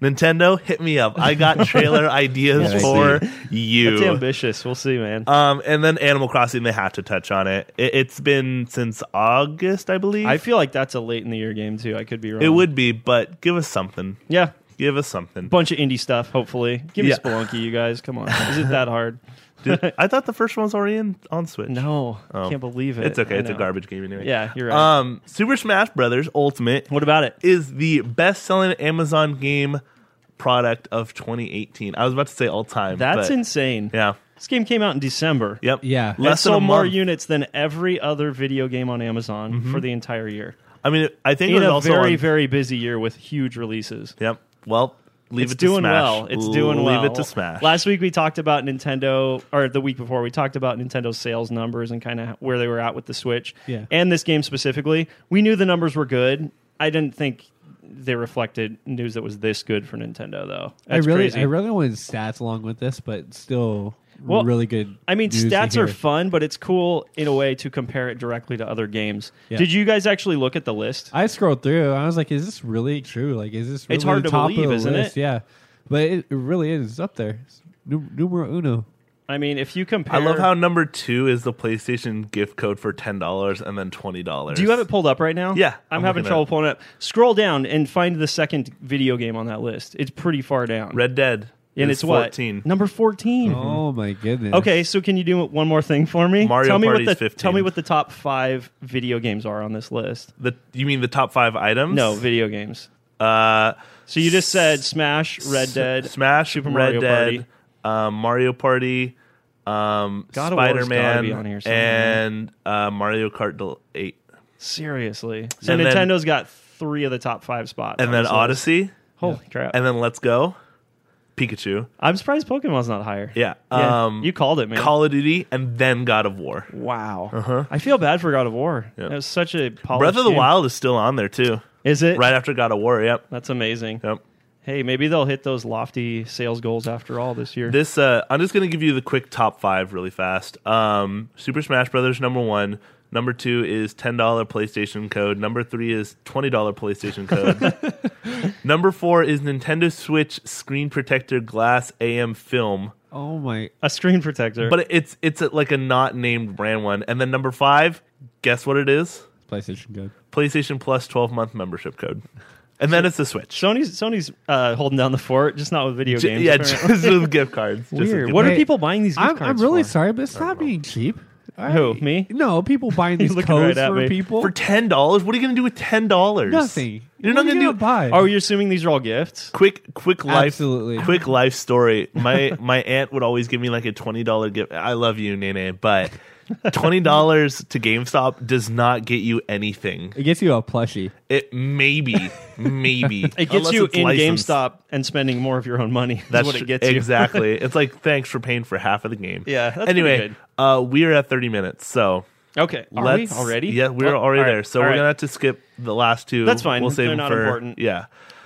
Nintendo, hit me up. I got trailer ideas
Yeah, I
for you.
That's ambitious. We'll see, man.
Um, and then Animal Crossing, they had to touch on it. it. It's been since August, I believe.
I feel like that's a late in the year game too. I could be wrong.
it would be, but give us something.
Yeah.
Give us something.
Bunch of indie stuff, hopefully. Give me
Yeah.
Spelunky, you guys. Come on. Is it that hard?
Dude, I thought the first one was already in on Switch.
No. I
Oh.
can't believe it.
it's okay.
I
It's a
know.
garbage game anyway.
Yeah, you're right.
Um, Super Smash Brothers Ultimate
what about it?
is the best-selling Amazon game product of 2018. I was about to say all time.
That's
but-
insane.
Yeah.
This game came out in December.
Yep.
Yeah.
It
Less than a
sold more
month. Mm-hmm.
units than every other video game on Amazon for the entire year.
I mean, I think it
In
was
a
also
very,
on-
very busy year with huge releases.
Yep. Well, leave
it's
it to
doing
Smash.
well. It's doing
leave
well.
Leave it to Smash.
Last week we talked about Nintendo, or the week before we talked about Nintendo's sales numbers and kind of where they were at with the Switch.
Yeah.
And this game specifically, we knew the numbers were good. I didn't think they reflected news that was this good for Nintendo, though. That's
I really,
crazy.
I really wanted stats along with this, but still,
Well,
really good.
I mean,
news to
stats are
hear.
fun, but it's cool in a way to compare it directly to other games.
Yeah.
Did you guys actually look at the list?
I scrolled through. I was like, "Is this really true? Like, is this really
It's hard to
top
believe,
of the
isn't it?
list? Yeah, but it, it really is It's up there. It's nu- numero uno.
I mean, if you compare,
I love how number two is the PlayStation gift code for ten dollars and then twenty dollars.
Do you have it pulled up right now?
Yeah,
I'm,
I'm
having
looking at
trouble
it.
pulling it up. Scroll down and find the second video game on that list. It's pretty far down.
Red Dead?
and
is
it's what?
fourteen.
Number 14.
Oh my goodness.
Mm-hmm. Okay, so can you do one more thing for me?
Mario
tell me
Party's
what the
15.
tell me what the top 5 video games are on this list.
The you mean the top five items?
No, video games.
Uh,
So you just said Smash, Red
S-
Dead,
Smash,
Super
Red
Mario
Dead,
Party.
um, Mario Party, um,
God of War's gotta
Spider
be on here
Man,
somewhere.
and uh, Mario Kart Del- Eight.
Seriously. So
And then-
Nintendo's got three of the top five spots. on
and then
this list.
Odyssey,
Holy crap.
and then Let's Go, Pikachu.
I'm surprised Pokemon's not higher.
Yeah.
Yeah,
Um,
you called it, man.
Call of Duty, and then God of War.
wow. I feel bad for God of War. It was such a polished
Breath of the
game.
Wild is still on there too.
Is it?
Right after God of War. Yep.
That's amazing.
Yep.
Hey, maybe they'll hit those lofty sales goals after all this year.
This uh, I'm just gonna give you the quick top five really fast. Um, Super Smash Brothers number one. Number two is ten dollar PlayStation code. Number three is twenty dollar PlayStation code. number four is Nintendo Switch screen protector glass AM film,
Oh my!
a screen protector.
but it's it's a, like a not named brand one. And then number five, guess what it is?
PlayStation good.
PlayStation Plus twelve month membership code. And then it's the Switch.
Sony's Sony's uh, holding down the fort, just not with video
J-
games.
yeah,
apparently.
just with gift cards. Just with
Weird.
gift
What are
Hey,
people buying these gift
I'm, I'm
cards
really
for?
sorry, but stop being cheap. All
Who,
right.
me?
No, people buying these
looking
codes
right at
for
me.
people
For ten dollars, what are you going to do with ten dollars?
nothing.
You're
What
not
are
going
you
to do.
buy.
Oh, you're assuming these are all gifts?
Quick, quick life,
Absolutely.
quick life story. My my aunt would always give me like a twenty dollar gift. I love you, Nene, but twenty dollars to GameStop does not get you anything.
it gets you a plushie.
It maybe, maybe
It gets
unless
you
it's
in
licensed.
GameStop and spending more of your own money. That's
That's
what
tr-
it gets you.
exactly. it's like thanks for paying for half of the game.
Yeah, that's pretty
anyway,
good.
uh, we're at thirty minutes, so
Okay. Are
let's
we already?
Yeah, we're
Oh,
already
all right,
there. So
all
we're
right.
gonna have to skip the last two.
That's fine.
We'll save
They're
them
not
for
important.
yeah.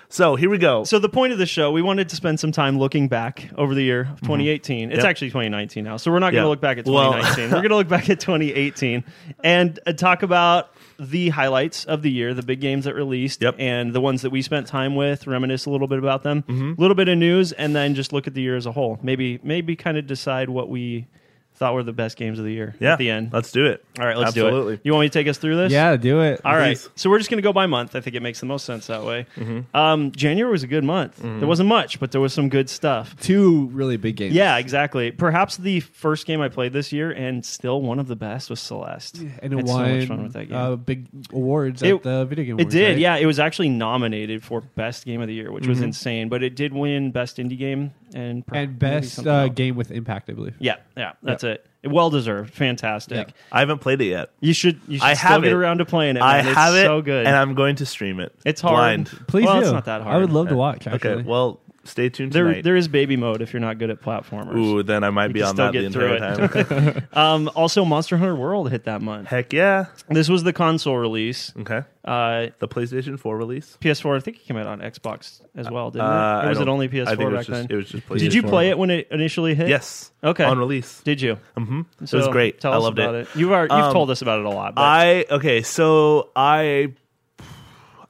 So here we go.
So the point of the show, we wanted to spend some time looking back over the year of 2018. It's
Mm-hmm. Yep.
actually 2019 now, so we're not going to
Yeah.
look back at
Well-
2019. we're going to look back at 2018 and uh, talk about the highlights of the year, the big games that released,
Yep.
and the ones that we spent time with. Reminisce a little bit about them, a
Mm-hmm.
little bit of news, and then just look at the year as a whole. Maybe maybe kind of decide what we thought were the best games of the year
yeah,
at the end.
Let's do it.
All right, let's
Absolutely.
do it. You want me to take us through this?
Yeah, do it.
All right.
Please. Mm-hmm.
So we're just going to go by month. I think it makes the most sense that way. Um, January was a good month. There wasn't much, but there was some good stuff.
Two really big games.
Yeah, exactly. Perhaps the first game I played this year and still one of the best was Celeste.
and it
Had
won
so much fun with that game.
Uh, big awards
It-
at the video game.
it
awards,
did,
right?
yeah. It was actually nominated for best game of the year, which
Mm-hmm.
was insane. But it did win best indie game and per-
And
maybe
best
something
uh,
else.
game with impact, I believe.
Yeah, yeah. That's it. Well deserved. Fantastic.
Yeah.
I haven't played it yet.
You should. You should
I
still
have
get
it.
around to playing it.
I
man.
have
it's
it,
So good.
and I'm going to stream it.
It's hard.
Blind.
Please
Well,
do.
it's not that hard.
I would love to watch.
Okay.
Actually.
Well, stay tuned
there,
tonight.
there is baby mode if you're not good at platformers.
Ooh, then I might be
can
on
still
that the
get through
entire time.
Um, also, Monster Hunter World hit that month.
Heck yeah.
This was the console release.
Okay.
Uh,
The PlayStation 4 release.
PS4, I think it came out on Xbox as well, didn't
Uh,
it? Or
I
was it
don't-
only
I
PS4
think it was
back
just,
then?
It was just PlayStation.
Did you play it when it initially hit?
Yes.
Okay.
On release.
Did you?
Mm-hmm.
So
it was great.
Tell
I
us
loved
about it. You've already, you've
Um,
told us about it a lot. But
I okay, so I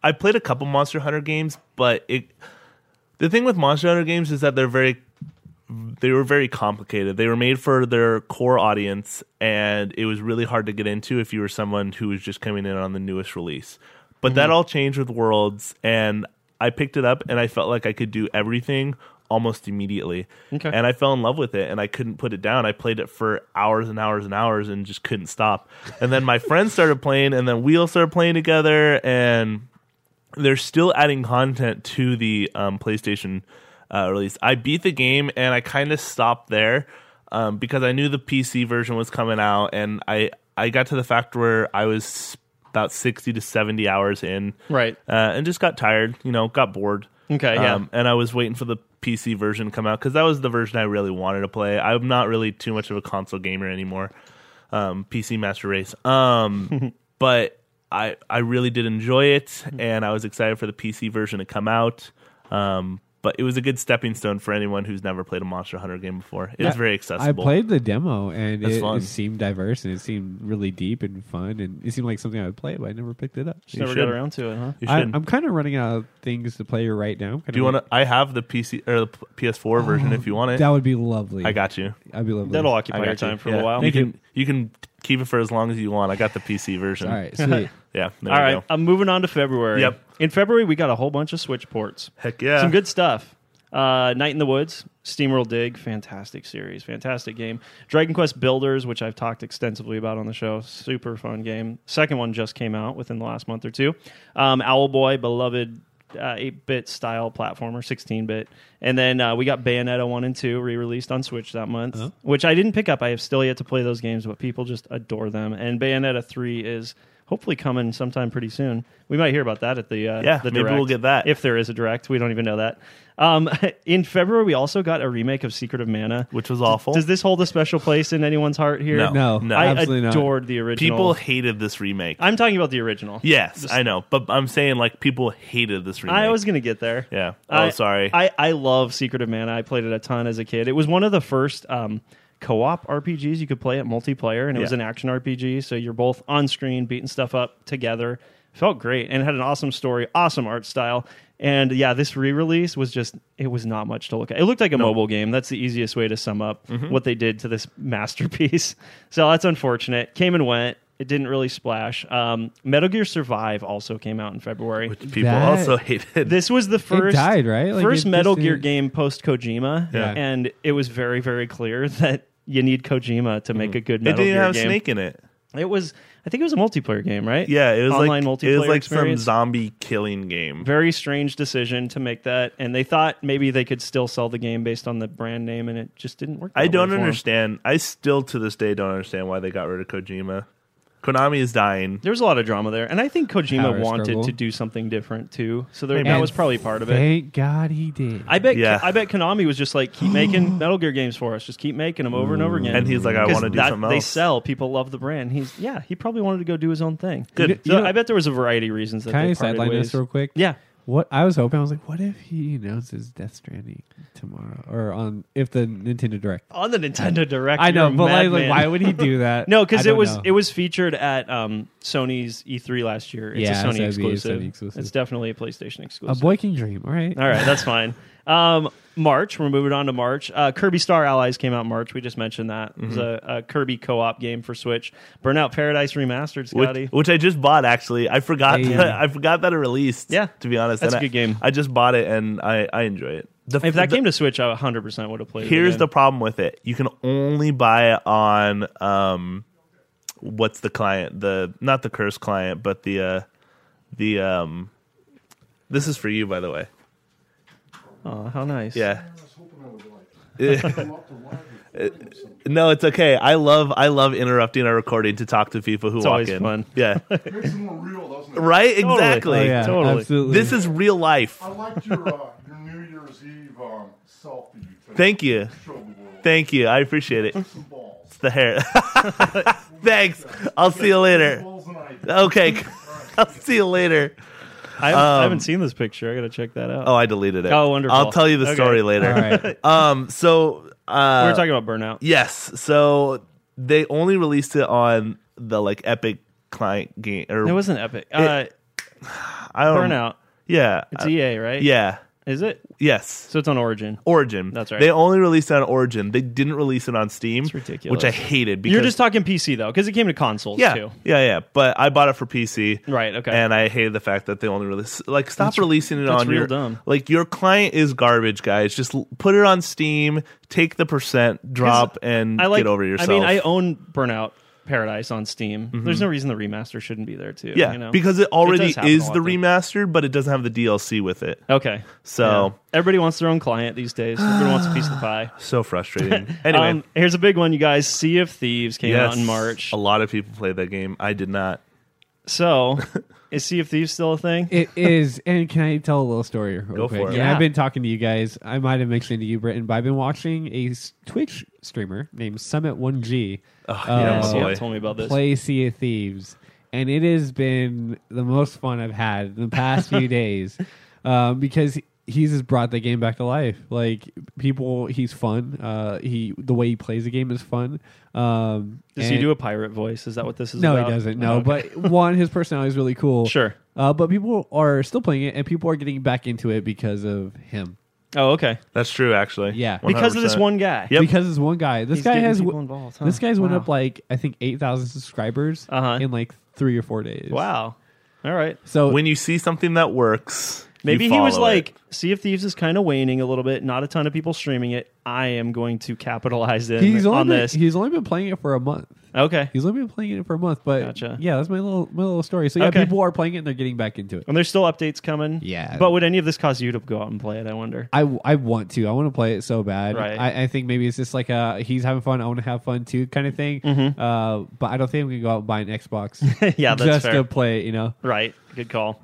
I played a couple Monster Hunter games, but it the thing with Monster Hunter games is that they're very they were very complicated. They were made for their core audience and it was really hard to get into if you were someone who was just coming in on the newest release. But that all changed with Worlds and I picked it up and I felt like I could do everything almost immediately.
Okay.
And I fell in love with it and I couldn't put it down. I played it for hours and hours and hours and just couldn't stop. And then my friends started playing and then we all started playing together and they're still adding content to the um, PlayStation uh, release. I beat the game and I kind of stopped there um, because I knew the PC version was coming out, and I I got to the fact where I was about sixty to seventy hours in,
Right.
Uh, and just got tired, you know, got bored.
Okay, yeah.
Um, and I was waiting for the PC version to come out because that was the version I really wanted to play. I'm not really too much of a console gamer anymore. Um, PC Master Race. Um, but I I really did enjoy it, and I was excited for the PC version to come out. Um, but it was a good stepping stone for anyone who's never played a Monster Hunter game before. It was very
I
accessible.
played the demo and
That's
it,
fun.
it seemed diverse and it seemed really deep and fun and it seemed like something I would play, but I never picked it up.
just never
should.
got around to it, huh?
You
I,
should.
I'm kind of running out of things to play right now.
Do you want to? I have the PC or the
Oh,
PS4 version if you want it.
That would be lovely.
I got you.
I'd be lovely.
That'll
I
occupy
got
your
you.
time for
Yeah.
a while.
You can you can keep it for as long as you want. I got the PC version.
All right, sweet.
Yeah. There
All
we
right.
go.
I'm moving on to February.
Yep.
In February, we got a whole bunch of Switch ports.
Heck yeah.
Some good stuff. Uh, Night in the Woods, Steamroll Dig, fantastic series, fantastic game. Dragon Quest Builders, which I've talked extensively about on the show, super fun game. Second one just came out within the last month or two. Um, Owlboy, beloved uh, 8-bit style platformer, 16-bit. And then uh, we got Bayonetta 1 and 2 re-released on Switch that month,
Uh-huh.
which I didn't pick up. I have still yet to play those games, but people just adore them. And Bayonetta 3 is hopefully coming sometime pretty soon. We might hear about that at the uh,
Yeah,
the
maybe we'll
direct,
get that.
if there is a direct. We don't even know that. Um, in February, we also got a remake of Secret of Mana.
which was awful.
Does this hold a special place in anyone's heart here?
No.
No,
No.
I
absolutely not.
adored the original.
people hated this remake.
I'm talking about the original.
yes, I know, but I'm saying like people hated this remake.
I was gonna get there.
yeah. Oh,
I,
sorry.
I, I love Secret of Mana. I played it a ton as a kid. It was one of the first um, co-op RPGs you could play at multiplayer, and it was
Yeah.
an action RPG. So you're both on screen beating stuff up together. Felt great and it had an awesome story, awesome art style. And yeah, this re-release was just it was not much to look at. It looked like a mobile game. That's the easiest way to sum up
Mm-hmm.
what they did to this masterpiece. So that's unfortunate. Came and went. It didn't really splash. Um, Metal Gear Survive also came out in February.
people
That-
also hated.
This was the first
died, right? Like,
first
it
Metal
just
Gear
didn't-
game post Kojima,
Yeah.
and it was very very clear that you need Kojima to make a good
Mm-hmm. it
Metal
didn't even
Gear
have
game.
Snake in it.
It was, I think it was a multiplayer game, right?
Yeah, it was like
online multiplayer
it was like
experience.
some zombie killing game.
very strange decision to make that, and they thought maybe they could still sell the game based on the brand name, and it just didn't work.
I
that way
don't
for 'em.
understand. I still to this day don't understand why they got rid of Kojima. Konami is dying.
There was a lot of drama there, and I think Kojima
Power
wanted
struggle.
to do something different too. So there, that
And
was probably part of it.
Thank God he did.
I bet.
Yeah.
I bet Konami was just like, keep making Metal Gear games for us. Just keep making them over and over again.
And he's like, I
'Cause
want to do
that-
something
They
else.
sell. People love the brand. He's yeah. He probably wanted to go do his own thing.
Good.
So
You know-
I bet there was a variety of reasons that
Can
they
I
parted
sideline
ways.
this real quick?
Yeah.
What I was hoping, I was like, what if he announces Death Stranding tomorrow or on if the Nintendo Direct?
On the Nintendo Direct.
I know,
you're a
but like,
madman.
like, why would he do that?
No, because it
I don't
was
know.
it was featured at um, Sony's E3 last year. It's
Yeah,
a
so
Sony
it'd be a Sony
exclusive.
exclusive. Uh,
It's definitely a PlayStation
a
exclusive.
boy can dream. All right,
All right, that's fine. Um, March, we're moving on to March. Uh, Kirby Star Allies came out in March. We just mentioned that. It was
Mm-hmm.
a, a Kirby co op game for Switch. Burnout Paradise Remastered, Scotty.
Which, which I just bought actually. I forgot.
Hey.
that- I forgot that it released.
Yeah.
to be honest,
That's
And
a
I-
good game.
I just bought it and I, I enjoy it. The,
if that
the-
came to Switch, I 100% would have played
here's
it.
the problem with it: you can only buy it on um, what's the client? The not the curse client, but the uh, the um. This is for you, by the way.
the. Oh, how nice.
Yeah. no, it's okay. I love I love interrupting our recording to talk to people who
It's
walk
always
in.
fun.
Yeah.
Makes it more real, doesn't it?
right?
Totally.
Exactly.
Oh, yeah,
Totally.
absolutely.
This is real life.
I liked your uh, your New Year's Eve um, selfie you took.
Thank you.
Show the world
Thank you. I appreciate it.
some balls.
The hair. Thanks. I'll see you later.
Balls and I.
Okay. I'll see you later.
I haven't, I haven't seen this picture. I got to check that out.
Um, Oh, I deleted it.
Oh, wonderful.
I'll tell you the
Okay.
story later.
all right.
Um so uh
we were talking about Burnout.
Yes. So they only released it on the like Epic client game or
It wasn't epic. uh,
I don't
Burnout.
Yeah.
It's
um,
E
Uh,
EA, right?
yeah.
Is it?
Yes.
So it's on Origin.
Origin.
That's right.
They only released it on Origin. They didn't release it on Steam,
It's ridiculous.
which I hated because
You're just talking PC, though, because it came to consoles,
yeah, Mm,
too.
yeah, yeah. But I bought it for PC,
Right, okay.
And I hated the fact that they only release like stop releasing it
that's
on
real
your
dumb.
like your client is garbage, guys. Just l- put it on Steam, take the percent drop, and
I like,
get over yourself. Mm-hmm.
I mean, I own Burnout Paradise on Steam. There's no reason the remaster shouldn't be there too.
yeah,
you know?
because it already
does happen a
is
lot,
the
though.
remaster, but it doesn't have the DLC with it.
Okay,
So-
Yeah. everybody wants their own client these days. Everyone wants a piece of the pie.
So frustrating. anyway,
um, here's a big one, you guys. Sea of Thieves came
yes,
out in March.
A lot of people play that game. I did not.
So, is Sea of Thieves still a thing?
It is, and can I tell a little story? Real
Go
quick?
for it.
And
Yeah.
I've been talking to you guys. I might have mentioned to you, Britton, but I've been watching a s- Twitch streamer named Summit One G
yeah,
Yes,
boy.
you Uh, told me about this.
play Sea of Thieves, and it has been the most fun I've had in the past few days um, because he's just brought the game back to life. Like people, he's fun. Uh, he the way he plays the game is fun. Um,
Does he
and-
do a pirate voice? Is that what this is?
no,
about?
he doesn't. No,
Oh, okay.
but one, his personality is really cool.
Sure.
Uh, but people are still playing it, and people are getting back into it because of him.
oh, okay,
That's true, actually.
Yeah.
because of this
100%.
one guy.
Yep.
Because this one guy, this
He's
guy
getting
has
people involved, huh?
this guy's went
Wow.
up like I think eight thousand subscribers
Uh-huh.
in like three or four days.
Wow. All right.
So
When you see something that works,
Maybe he was
follow it.
like, Sea of Thieves is kind of waning a little bit. Not a ton of people streaming it. I am going to capitalize in
He's only
on
been,
this.
he's only been playing it for a month.
okay.
He's only been playing it for a month, but
Gotcha.
yeah, that's my little my little story. So yeah,
Okay.
people are playing it and they're getting back into it.
And there's still updates coming.
Yeah.
But would any of this cause you to go out and play it? I wonder.
I, I want to. I want to play it so bad.
Right.
I, I think maybe it's just like a he's having fun. I want to have fun too kind of thing. Uh, but I don't think I'm gonna go out and buy an Xbox.
yeah, Mm-hmm. that's
just
fair.
to play. it, You know.
Right. Good call.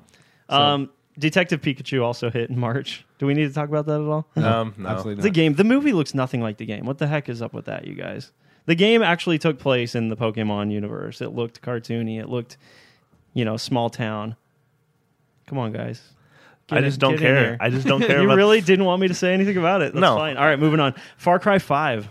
Um, Detective Pikachu also hit in March. Do we need to talk about that at all?
Um, no.
Absolutely
The
not.
game, the movie looks nothing like the game. What the heck is up with that, you guys? The game actually took place in the Pokemon universe. It looked cartoony. It looked, you know, small town. Come on, guys. Get
I
in-
just don't
get in
care.
here.
I just don't care.
you
about
really didn't want me to say anything about it. That's
No.
fine. All right, moving on. Far Cry 5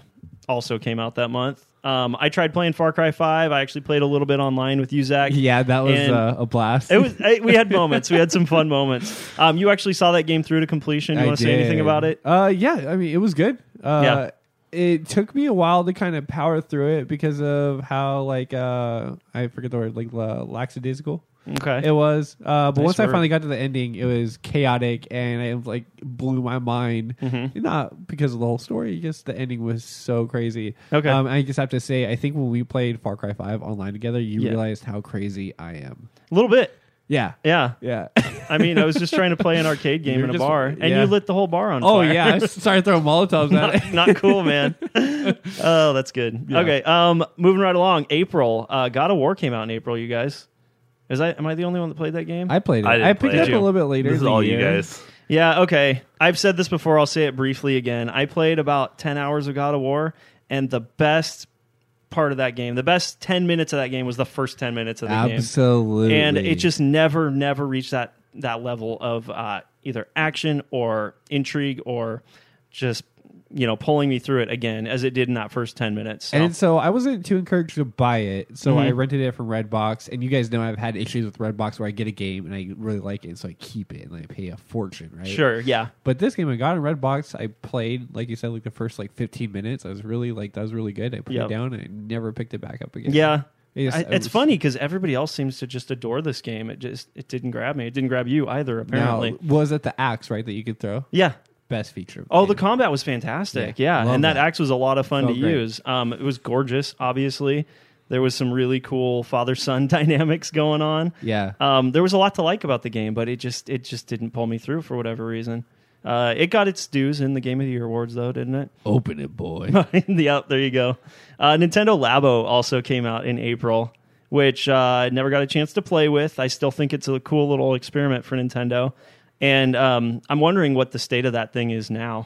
also came out that month. Um, I tried playing Far Cry 5. I actually played a little bit online with you, Zach.
Yeah, that was
And
uh, a blast.
It was. I, we had moments. We had some fun moments. Um, you actually saw that game through to completion. You
I
want to say anything
did.
about it?
Uh, yeah, I mean, it was good. Uh,
Yeah.
It took me a while to kind of power through it because of how like uh I forget the word like la- lackadaisical
Okay.
it was. Uh, but
Nice
once I
word.
finally got to the ending, it was chaotic and it like blew my mind.
Mm-hmm.
Not because of the whole story, just the ending was so crazy.
Okay.
um, I just have to say, I think when we played Far Cry Five online together, you
Yeah.
realized how crazy I am.
a little bit.
Yeah,
Yeah.
yeah.
I mean, I was just trying to play an arcade game
You're
in a
just-
bar, and
yeah.
you lit the whole bar on
oh
fire.
yeah, I started throwing molotovs at it.
not, not cool, man. oh, that's good. Okay, um, moving right along. April, uh, God of War came out in April. You guys, is I am I the only one that played that game?
I played it.
I didn't
I, picked
play
it up
it.
a little bit later.
This is
in the
all you
year.
guys.
yeah. Okay, I've said this before. I'll say it briefly again. I played about ten hours of God of War, and the best part of that game, the best ten minutes of that game, was the first ten minutes of the game.
Absolutely.
and it just never never reached that that level of uh, either action or intrigue or just you know pulling me through it again as it did in that first 10 minutes so.
And so I wasn't too encouraged to buy it, so
Mm-hmm.
I rented it from Redbox. And you guys know I've had issues with Redbox where I get a game and I really like it, so I keep it and I pay a fortune, right?
sure yeah
But this game I got in Redbox, I played like you said, like the first like 15 minutes. I was really like that was really good. I put
Yep.
it down and I never picked it back up again.
yeah
It just-
I-
it
it's
was-
funny because everybody else seems to just adore this game it just it didn't grab me it didn't grab you either
Now,
apparently
was it the axe right that you could throw?
yeah
Best feature. of
Oh, the
game.
combat was fantastic.
Yeah,
Yeah.
love
And that,
that.
axe was a lot of fun
Felt
to
great.
use. Um, it was gorgeous, obviously. There was some really cool father son dynamics going on.
Yeah.
Um, there was a lot to like about the game, but it just it just didn't pull me through for whatever reason. Uh, it got its dues in the Game of the Year awards though, didn't it?
open it, boy.
in the up. There you go. Uh, Nintendo Labo also came out in April, which uh, I never got a chance to play with. I still think it's a cool little experiment for Nintendo, and um, I'm wondering what the state of that thing is now.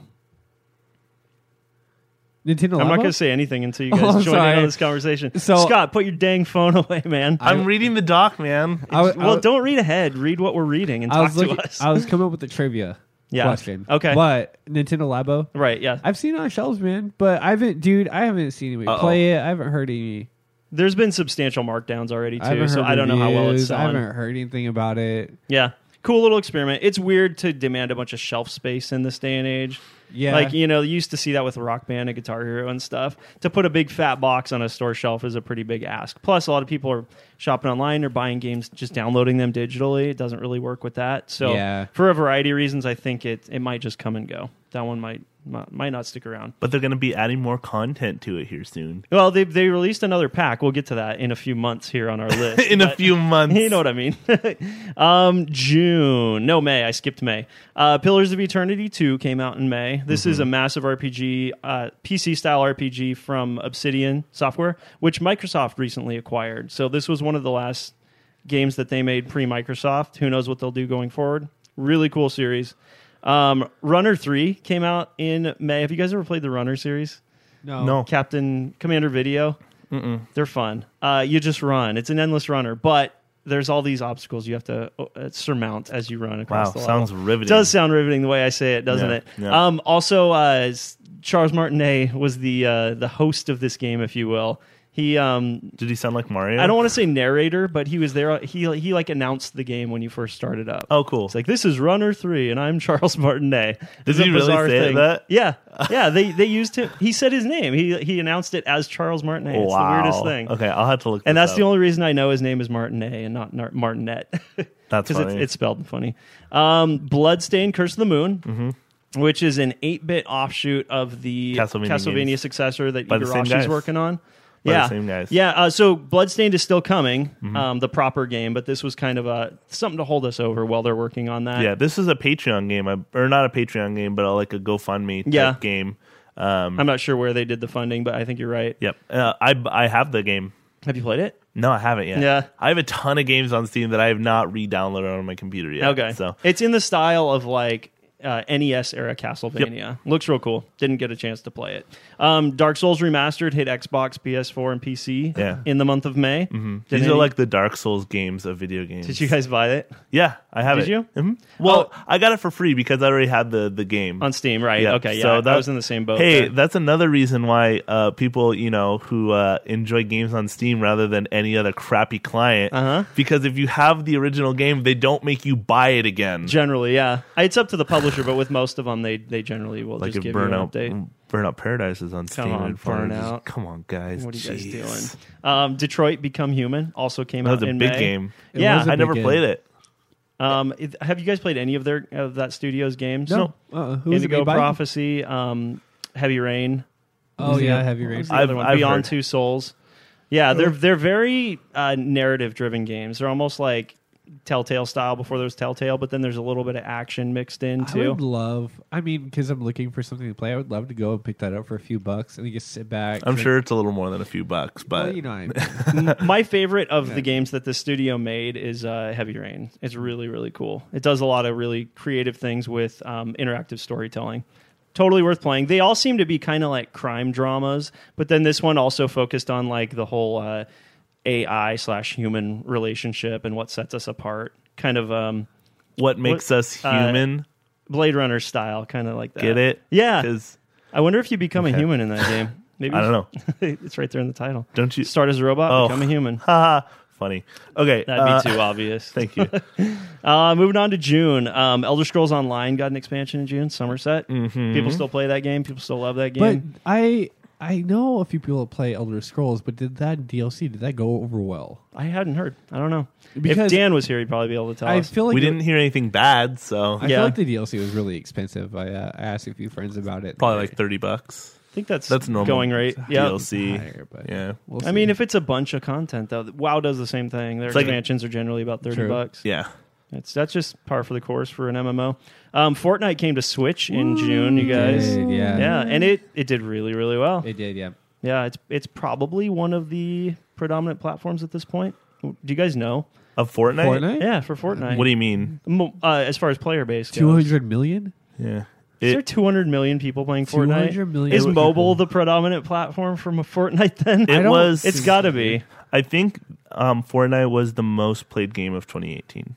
Nintendo.
I'm
Labo?
not going to say anything until you
Oh,
guys
I'm
join
sorry.
in on this conversation.
So-
Scott, put your dang phone away, man.
I'm reading the doc, man.
I, w- I
well,
w-
don't read ahead. Read what we're reading and
I
talk
was
to
looking,
us.
I was coming up with the trivia
Yeah.
question.
Okay.
But Nintendo Labo,
right? Yeah.
I've seen it on shelves, man. But I haven't, dude. I haven't seen anybody
Uh-oh.
play it. I haven't heard any.
There's been substantial markdowns already
I
too,
haven't
so
heard
I don't know how well it's
reviews. I
selling.
haven't heard anything about it.
Yeah. Cool little experiment. It's weird to demand a bunch of shelf space in this day and age.
Yeah.
Like, you know, you used to see that with Rock Band and Guitar Hero and stuff. To put a big fat box on a store shelf is a pretty big ask. Plus, a lot of people are shopping online or buying games, just downloading them digitally. It doesn't really work with that. So,
Yeah.
for a variety of reasons, I think it, it might just come and go. That one might, might, might not stick around.
But they're going to be adding more content to it here soon.
Well, they, they released another pack. We'll get to that in a few months here on our list.
In a
but-
few months.
you know what I mean. um, June. No, May. I skipped May. Uh, Pillars of Eternity 2 came out in May. This is a massive RPG, uh, PC style RPG from Obsidian Software, which Microsoft recently acquired. So this was one of the last games that they made pre Microsoft. Who knows what they'll do going forward? Really cool series. Um, Runner 3 came out in May. Have you guys ever played the Runner series?
No.
No.
Captain Commander Video. They're fun. Uh, you just run. It's an endless runner, but there's all these obstacles you have to uh, surmount as you run across
Wow,
the level.
sounds riveting.
It does sound riveting the way I say it, doesn't
Yeah,
it?
yeah.
Um, also, uh, s- Charles Martinet was the uh, the host of this game, if you will. He um,
Did he sound like Mario?
I don't want to say narrator, but he was there. He he like announced the game when you first started up.
Oh, cool.
It's like this is Runner Three, and I'm Charles Martinet.
Does
This
he
is a
really
bizarre
say
thing.
that?
Yeah, yeah. They they used him. He said his name. He he announced it as Charles Martinet. It's the
Wow.
weirdest thing.
Okay, I'll have to look.
And
this
that's the
up.
only reason I know his name is Martinet and not Nar- Martinet.
That's
because it's,
funny.
it's spelled funny. Um, Bloodstained: Curse of the Moon, which is an eight-bit offshoot of the
Mm-hmm. Castlevania
Castlevania,
games.
successor that
By the same guys.
Igarashi's working on.
By the
yeah,
same guys. Mm-hmm.
yeah. Uh, so Bloodstained is still coming, um, the proper game, but this was kind of a something to hold us over while they're working on that.
yeah. This is a Patreon game, I, or not a Patreon game, but like a GoFundMe type
Yeah.
game. Um,
I'm not sure where they did the funding, but I think you're right.
yep. Uh, I I have the game.
Have you played it?
No, I haven't yet.
Yeah.
I have a ton of games on Steam that I have not re-downloaded on my computer yet.
Okay,
so
it's in the style of like uh, NES era Castlevania. Looks real cool. Didn't get a chance to play it. Um, Dark Souls Remastered hit Xbox, PS4, and PC
Yeah. Mm-hmm.
in the month of May. Did
these are
any-
like the Dark Souls games of video games.
Did you guys buy it
Yeah, I have
Did
it.
you? Oh.
Mhm. Well, I got it for free because I already had the the game
on Steam? Right?
Yeah,
Okay. Yeah.
so that-
I was in the same boat.
Hey,
there.
that's another reason why uh, people, you know, who uh, enjoy games on Steam rather than any other crappy client,
Uh-huh.
because if you have the original game, they don't make you buy it again.
generally, yeah. It's up to the publisher, but with most of them, they they generally will
like
just
if
give you an update.
Burnout, Burnout Paradise is on Steam,
on,
and Farm is just-
Burnout.
come on, guys,
What are you
Jeez.
guys doing? Um, Detroit Become Human also came
That
out
was a
in
big
May.
game.
It
yeah,
was a
I
big
never
game.
played it.
Um, it- have you guys played any of their of that studio's games?
No. Uh, who is it?
Indigo
made by?
Prophecy, um, Heavy Rain,
Oh
the
yeah,
other-
Heavy Rain.
the other
I've-
one,
I've
Beyond
heard.
Two Souls. Yeah, they're they're very uh, narrative driven games. They're almost like Telltale style before there was Telltale, but then there's a little bit of action mixed in
I
too.
would love. I mean, because I'm looking for something to play, I would love to go and pick that up for a few bucks and just sit back.
I'm
drink-
sure it's a little more than a few bucks, but
Well, you know, I-
My favorite of the games that the studio made is uh, Heavy Rain. It's really really cool. It does a lot of really creative things with um, interactive storytelling. Totally worth playing. They all seem to be kind of like crime dramas, but then this one also focused on like the whole uh, AI slash human relationship and what sets us apart. Kind of um,
what makes
What-
us
uh,
human?
Blade Runner style, kind of like that.
Get it?
Yeah.
Because
I wonder if you become a
Okay.
human in that game. Maybe
I don't know.
it's right there in the title.
Don't you-
start as a robot,
Oh.
become a human?
Haha, funny. Okay,
That'd be
uh,
too obvious.
Thank you.
Uh, moving on to June, um, Elder Scrolls Online got an expansion in June. Somerset.
Mm-hmm.
People still play that game. People still love that
but
game.
I I know a few people that play Elder Scrolls, but did that DLC did that go over well?
I hadn't heard. I don't know.
Because-
if Dan was here, he'd probably be able to tell
I
us.
feel like
we
it-
didn't hear anything bad, so
I
Yeah.
feel like the DLC was really expensive. I, uh, I asked a few friends about it.
probably like thirty bucks.
I think that's
That's normal.
going right. Yeah.
DLC.
Higher, but
yeah.
We'll
I mean, if it's a bunch of content though, WoW does the same thing. Their
like-
expansions are generally about thirty
True.
bucks.
Yeah.
It's that's just par for the course for an MMO. Um, Fortnite came to Switch in June, you guys.
did, yeah.
yeah, and it it did really really well.
it did, yeah.
yeah, it's it's probably one of the predominant platforms at this point. Do you guys know?
Of Fortnite?
Fortnite,
Yeah, for Fortnite.
What do you mean?
Mo- uh, as far as player base goes.
two hundred million.
Yeah.
Is there
It-
200 million people playing Fortnite?
200 million
Is
people.
mobile the predominant platform from a Fortnite then?
It I don't was-
It's got to be.
I think um, Fortnite was the most played game of 2018.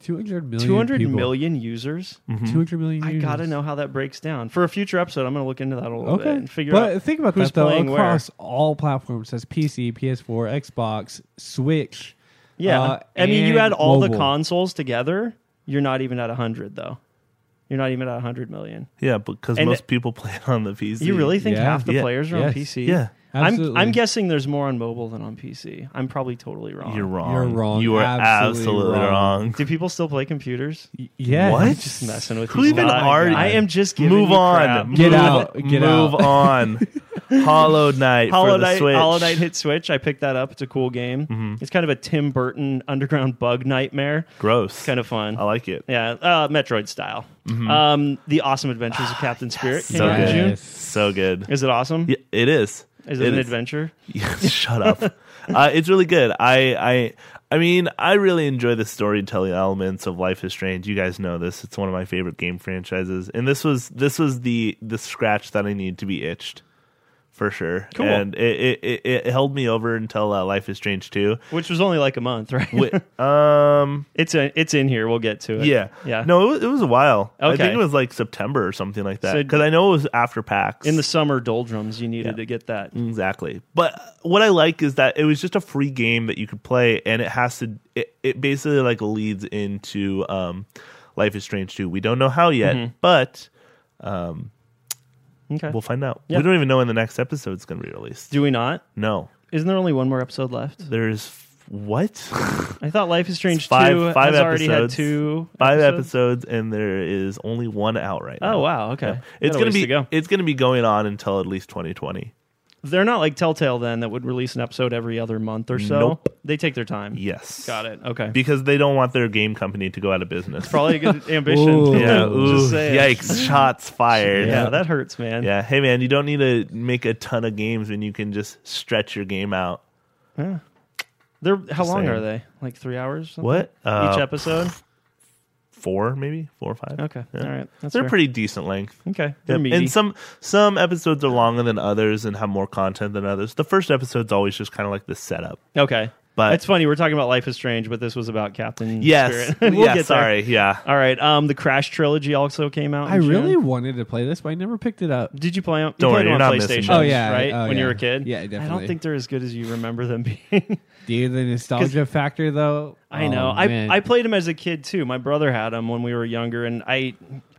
Two hundred million.
200
people.
million users?
Mm-hmm.
Two hundred million.
Mm-hmm. I
users.
got to know how that breaks down. For a future episode, I'm going to look into that a little
Okay.
bit and figure
but
out
think about
who's
that though.
playing
Across
where.
all platforms, says PC, PS4, Xbox, Switch.
Yeah.
uh,
I mean, you
and
add all the
mobile.
consoles together, you're not even at 100 though. You're not even at 100 million.
Yeah, because
And-
most people play it on the PC.
You really think
Yeah.
half the
Yeah.
players are on
Yes.
PC?
Yeah.
I'm,
Absolutely.
I'm guessing there's more on mobile than on PC. I'm probably totally wrong.
You're wrong.
You're wrong.
You are
Absolutely
absolutely
wrong.
wrong.
Do people still play computers?
Y- Yeah.
What?
Just messing with
Who
you.
even
Stop.
are you?
I am just giving
Move
you
on.
crap.
Get
Move-
out. Get
Move
out.
on. Hollow Knight
Hollow
for the
Knight,
Switch. Mm-hmm.
Hollow Knight hit Switch. I picked that up. It's a cool game. It's kind of a Tim Burton underground bug nightmare.
Gross.
Kind of fun.
I like it. Mm-hmm.
yeah, uh, Metroid style. Um, the Awesome Adventures of Captain Spirit came
So
out in
good.
June.
Yes.
So good.
Is it awesome?
Yeah, it is.
Is it, an
is.
adventure?
Yeah, Shut up. uh, it's really good. I, I I mean, I really enjoy the storytelling elements of Life is Strange. You guys know this. It's one of my favorite game franchises. And this was this was the the scratch that I needed to be itched for sure.
Cool.
And it, it, it, it held me over until uh, Life is Strange 2.
which was only like a month, right?
Wi- um,
it's a, it's in here. We'll get to it.
yeah.
yeah.
No, it was, it was a while. I
Okay.
think it was like September or something like that.
So-
Because I know it was after PAX.
in the summer doldrums, you needed to get that.
Exactly. But what I like is that it was just a free game that you could play and it has to it, it basically like leads into um Life is Strange 2. We don't know how yet,
Mm-hmm.
but
Okay.
Mm-hmm. we'll find out.
Yeah.
We don't even know when the next episode is going to be released.
Do we not?
No.
Isn't there only one more episode left?
There's f- what?
I thought Life is Strange
five-
two
five
has already had
episodes.
two
Five episodes and there is only one out right now.
Oh wow. Okay.
It's
Got a
going to
ways
be
to go.
it's going to be going on until at least 2020.
They're not like Telltale then that would release an episode every other month or so.
Nope.
They take their time.
Yes.
Got it. Okay.
Because they don't want their game company to go out of business.
Probably a good ambition.
Ooh.
yeah.
Ooh.
Ooh,
Just saying.
yikes. Shots fired.
Yeah, that hurts, man.
Yeah, hey man, you don't need to make a ton of games when you can just stretch your game out.
They're how long
saying.
are they? Like three hours? or something?
What? Uh,
Each episode?
Four, maybe four or five.
Okay.
Yeah.
All right. That's
They're
fair.
pretty decent length.
Okay. They're
Yep.
meaty.
And some some episodes are longer than others and have more content than others. The first episode's always just kind of like the setup.
okay.
But-
it's funny, we're talking about Life is Strange, but this was about Captain
Yes.
Spirit. we'll
yeah.
get there.
sorry. Yeah.
All right. Um the Crash trilogy also came out.
I
in
really
June.
wanted to play this, but I never picked it up.
did you play on, you
Don't
played
worry, you're
on
not missing
PlayStation?
much.
Oh, yeah.
Right?
Oh,
when you were
yeah.
a kid?
Yeah,
I don't
definitely.
think they're as good as you remember them being.
Dude, the nostalgia factor though.
I
Oh,
know. I,
man.
I played him as a kid too. My brother had him when we were younger, and I,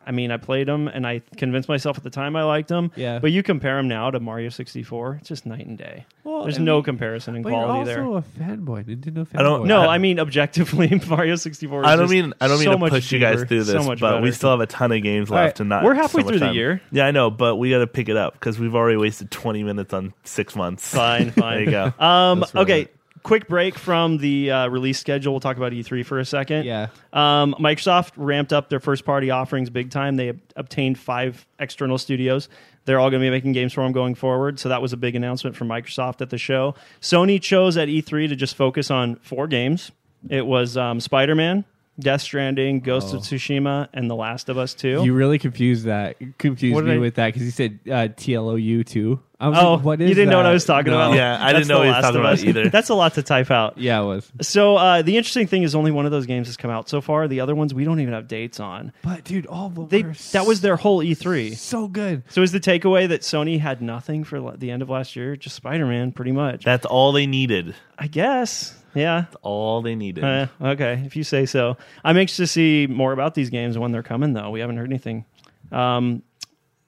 I mean, I played him, and I convinced myself at the time I liked him.
Yeah.
But you compare him now to Mario sixty four, it's just night and day.
Well,
There's
I
no
mean,
comparison in
But you're
quality
also
there.
a fanboy, Nintendo fanboy.
I don't-
No, I mean objectively, Mario sixty four.
I don't mean I don't mean
so
to
much
push you guys
deeper,
through this,
so much
but we
better.
still have a ton of games
right,
left, and not
we're
so
halfway
much
through the
time.
year.
Yeah, I know, but we got to pick it up because we've already wasted twenty minutes on six months.
Fine, fine.
there you go.
Um,
That's where
okay,
we're
quick break from the uh, release schedule. We'll talk about E3 for a second.
Yeah.
Um, Microsoft ramped up their first party offerings big time. They ob- obtained five external studios. They're all going to be making games for them going forward. So that was a big announcement from Microsoft at the show. Sony chose at E3 to just focus on four games. It was um, Spider Man, Death Stranding, Ghost of Tsushima, and The Last of Us Two.
Oh. You really confused that. Confused
What did
me
I-
with that because you said uh, TLOU too. I was
oh,
like, what is
you didn't know what
that?
I was talking
No.
about.
Yeah, I didn't
That's
know
The
what he was
Last
talking
of
about
Us.
either.
That's a lot to type out.
Yeah, it was.
So uh, the interesting thing is only one of those games has come out so far. The other ones we don't even have dates on.
But dude, all of them
They
were
that was their whole E E3.
so good.
So is the takeaway that Sony had nothing for la- the end of last year? Just Spider Man, pretty much.
That's all they needed.
I guess. Yeah.
All they needed.
Uh, okay, if you say so. I'm anxious to see more about these games and when they're coming, though. We haven't heard anything. Um,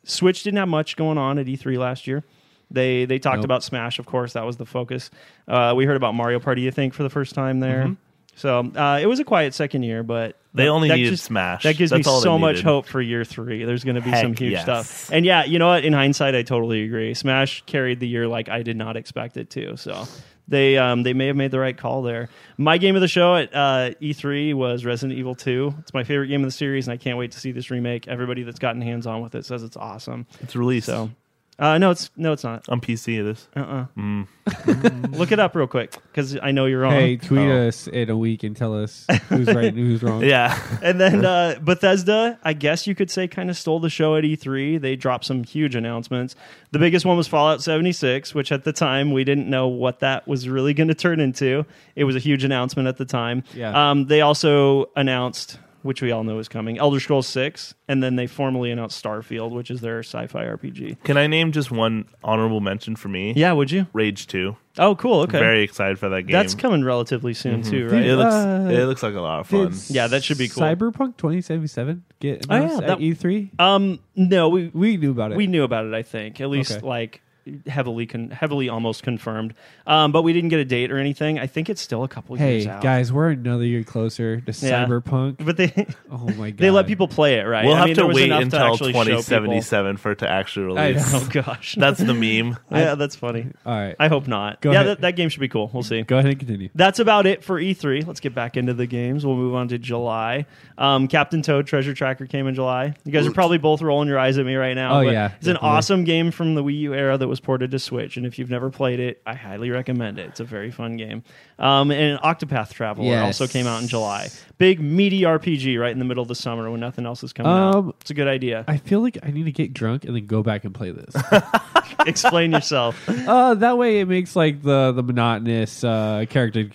Switch didn't have much going on at E3 last year. They they talked about Smash, of course. That was the focus. Uh, we heard about Mario Party, I think, for the first time there. So uh, it was a quiet second year, but
Mm-hmm. They
that-
only
that
needed Smash.
That gives
That's
me
all they
so much
needed.
hope for year three. There's going to be
Heck
some huge
yes.
stuff. And yeah, you know what? In hindsight, I totally agree. Smash carried the year like I did not expect it to. So they um, they may have made the right call there. My game of the show at uh, E3 was Resident Evil 2. It's my favorite game of the series, and I can't wait to see this remake. Everybody that's gotten hands on with it says it's awesome.
It's released
So uh, no, it's no, it's not.
on PC. It is.
Uh-uh.
Mm.
Look it up real quick because I know you're wrong.
Hey, tweet
Oh.
us in a week and tell us who's right and who's wrong.
Yeah,
And then uh, Bethesda, I guess you could say, kind of stole the show at E3. They dropped some huge announcements. The biggest one was Fallout 76, which at the time we didn't know what that was really going to turn into. It was a huge announcement at the time.
Yeah.
Um, they also announced, which we all know is coming, Elder Scrolls 6, and then they formally announced Starfield, which is their sci-fi RPG.
Can I name just one honorable mention for me?
Yeah, would you?
Rage Two.
Oh, cool. Okay. Mm-hmm.
Very excited for that game.
That's coming relatively soon too,
It
right?
Dude,
looks.
Uh,
it looks like a lot of
Did
fun.
Yeah, that should be cool.
Cyberpunk 2077 get
Oh, yeah,
announced
that-
at E3.
Um, no, we
we knew about it.
We knew about it, I think, at least
Okay.
like heavily, con- heavily almost confirmed. Um, but we didn't get a date or anything. I think it's still a couple
hey
years out.
guys, we're another year closer to
Yeah.
Cyberpunk.
but they
Oh my god,
they let people play it, right?
We'll
I
have
mean,
to
there was
wait
enough to
until
actually show people-
2077 for it to actually
I
release.
know.
Oh gosh,
That's the meme.
yeah, that's funny.
All right,
I hope not.
Go
yeah,
ahead.
that, that game should be cool. We'll see.
go ahead and continue.
That's about it for E3. Let's get back into the games. We'll move on to July. Um, Captain Toad Treasure Tracker came in July. You guys are probably both rolling your eyes at me right now.
Oh,
but
yeah,
It's an
definitely.
awesome game from the Wii U era that was was ported to Switch, and if you've never played it, I highly recommend it. It's a very fun game. Um, and Octopath Traveler
Yes.
also came out in July. Big meaty RPG right in the middle of the summer when nothing else is coming
Um,
out. It's a good idea.
I feel like I need to get drunk and then go back and play this.
Explain yourself.
uh, that way it makes like the the monotonous uh, character to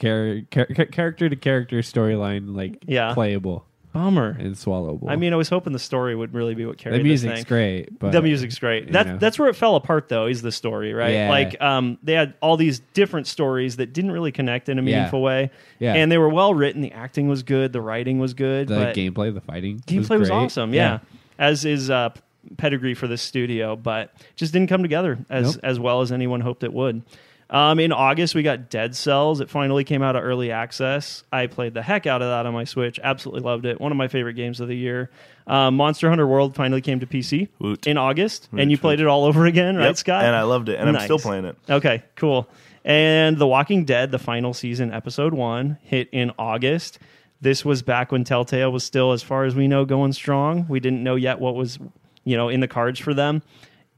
char- char- character to character storyline like
Yeah.
playable
Bummer.
and swallowable.
I mean, I was hoping the story would really be what carried
the
this
music's
thing.
great, but
the music's great.
you
That
know.
that's where it fell apart though. Is the story right?
Yeah.
Like um, they had all these different stories that didn't really connect in a
Yeah.
meaningful way.
Yeah.
and they were well written. The acting was good. The writing was good.
the
but
gameplay, the fighting,
gameplay was,
great.
awesome. Yeah. as is uh, pedigree for this studio, but just didn't come together as
Nope.
as well as anyone hoped it would. Um, in August, we got Dead Cells. It finally came out of early access. I played the heck out of that on my Switch. Absolutely loved it. One of my favorite games of the year. Um, Monster Hunter World finally came to PC
Woot.
in August, and
Woot,
you played it all over again, right,
Yep,
Scott?
and I loved it, and I'm still
Nice.
playing it.
Okay, cool. And The Walking Dead, the final season, episode one, hit in August. This was back when Telltale was still, as far as we know, going strong. We didn't know yet what was, you know, in the cards for them,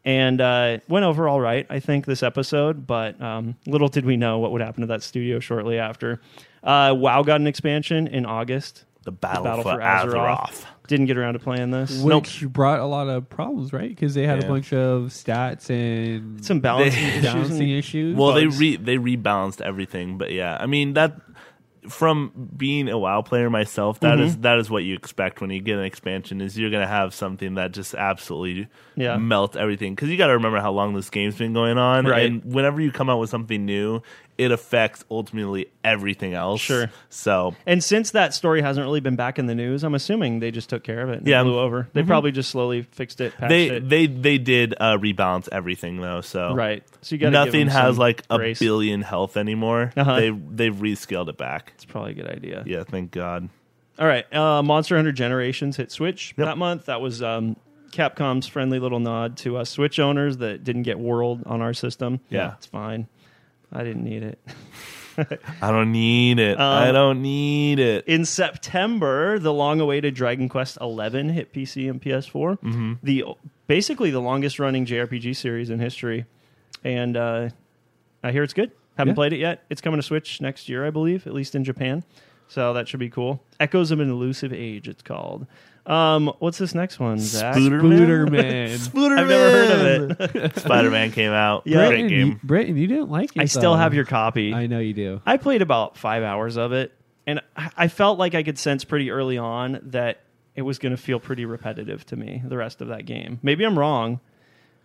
and uh, went over all right, I think, this episode. But um, little did we know what would happen to that studio shortly after. Uh, WoW got an expansion in August.
The Battle,
Battle
for,
for Azeroth.
Azeroth.
Didn't get around to playing this.
Which brought a lot of problems, right? Because they had
Yeah.
a bunch of stats and
Some balancing
They-
issues. in
balancing
the-
issues.
Well,
bugs.
they re they rebalanced everything, but yeah, I mean that from being a WoW player myself, that is
Mm-hmm.
that is what you expect when you get an expansion is you're gonna have something that just absolutely
Yeah.
melts everything because you got to remember how long this game's been going on,
Right.
and whenever you come out with something new, it affects ultimately everything else.
Sure.
So
And since that story hasn't really been back in the news, I'm assuming they just took care of it. And
Yeah. Mm-hmm.
blew over. They probably just slowly fixed it. Patched
they
it. Oh,
they they did uh, rebalance everything though, so
right. So you got
Nothing has like a
grace.
billion health anymore.
Uh-huh.
They they've rescaled it back.
It's probably a good idea.
Yeah, thank God.
All right. Uh, Monster Hunter Generations hit Switch
Yep.
that month. That was um, Capcom's friendly little nod to us Switch owners that didn't get World on our system.
Yeah.
it's fine. I didn't need it.
I don't need it. I
Um,
don't need it.
in September, the long-awaited Dragon Quest XI hit PC and PS4. The basically the longest-running JRPG series in history, and uh, I hear it's good. Haven't
Yeah.
played it yet. It's coming to Switch next year, I believe, at least in Japan. So that should be cool. Echoes of an Elusive Age, it's called. Um, what's this next one, Zach?
Spooderman.
I've never heard of it.
Spider Man came out.
Yeah.
Great
Britton, you,
game.
Britton, you didn't like it.
I still
though.
have your copy.
I know you do.
I played about five hours of it, and I I felt like I could sense pretty early on that it was going to feel pretty repetitive to me the rest of that game. Maybe I'm wrong,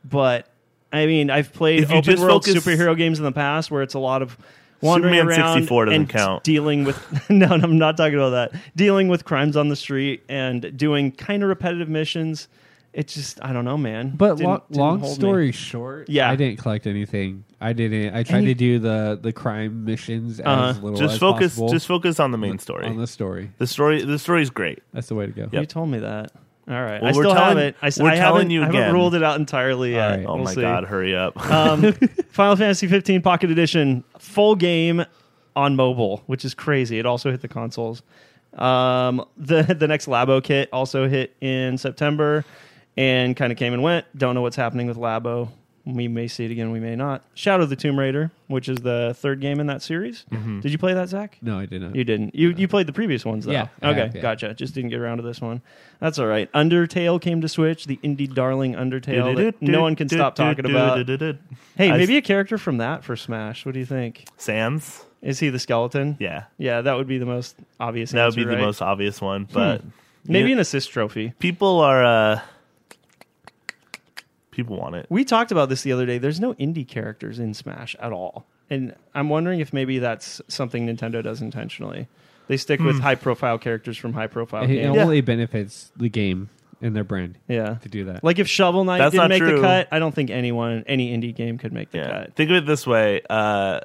but I mean, I've played
If you
open
just
world
focus-
superhero games in the past where it's a lot of wandering
Superman
around
64 doesn't
and
count.
dealing with no, no, I'm not talking about that. Dealing with crimes on the street and doing kind of repetitive missions. It just I don't know, man.
But
Didn't-
lo-
didn't
long
hold me.
story short,
Yeah.
I didn't collect anything. I didn't. I tried
Any-
to do the the crime missions as
Uh-huh.
little
Just
as
focus.
possible
Just focus on the main story.
on
The,
the story.
story. The story's great.
That's the way to go.
You told me that. All right,
Well,
I
we're
still
telling-
have it. I, s-
we're
I
telling
haven't-
you
I haven't
again.
ruled it out entirely yet.
right.
Oh
We'll
my
see.
God! Hurry up.
Um, Final Fantasy 15 Pocket Edition, full game on mobile, which is crazy. It also hit the consoles. Um, the the next Labo kit also hit in September, and kind of came and went. Don't know what's happening with Labo. We may see it again. We may not. Shadow of the Tomb Raider, which is the third game in that series.
Mm-hmm.
Did you play that, Zach?
No, I didn't.
You didn't. You you played the previous ones though.
Yeah, I
Okay.
have, yeah.
Gotcha. Just didn't get around to this one. That's all right. Undertale came to Switch. The indie darling Undertale. that no one can stop talking about. Hey,
I-
maybe a character from that for Smash. What do you think?
Sans.
Is he the skeleton?
Yeah,
Yeah, that would be the most obvious.
that would
answer,
be the
right?
most obvious one. But
Maybe
Yeah.
an assist trophy.
people are. uh People want it.
We talked about this the other day. There's no indie characters in Smash at all, and I'm wondering if maybe that's something Nintendo does intentionally. They stick
Hmm.
with high profile characters from high profile
It, it
games.
only benefits the game and their brand
Yeah.
to do that.
Like if Shovel Knight
That's
didn't
not
make the
true.
cut, I don't think anyone, any indie game could make the
Yeah.
cut.
Think of it this way. Uh,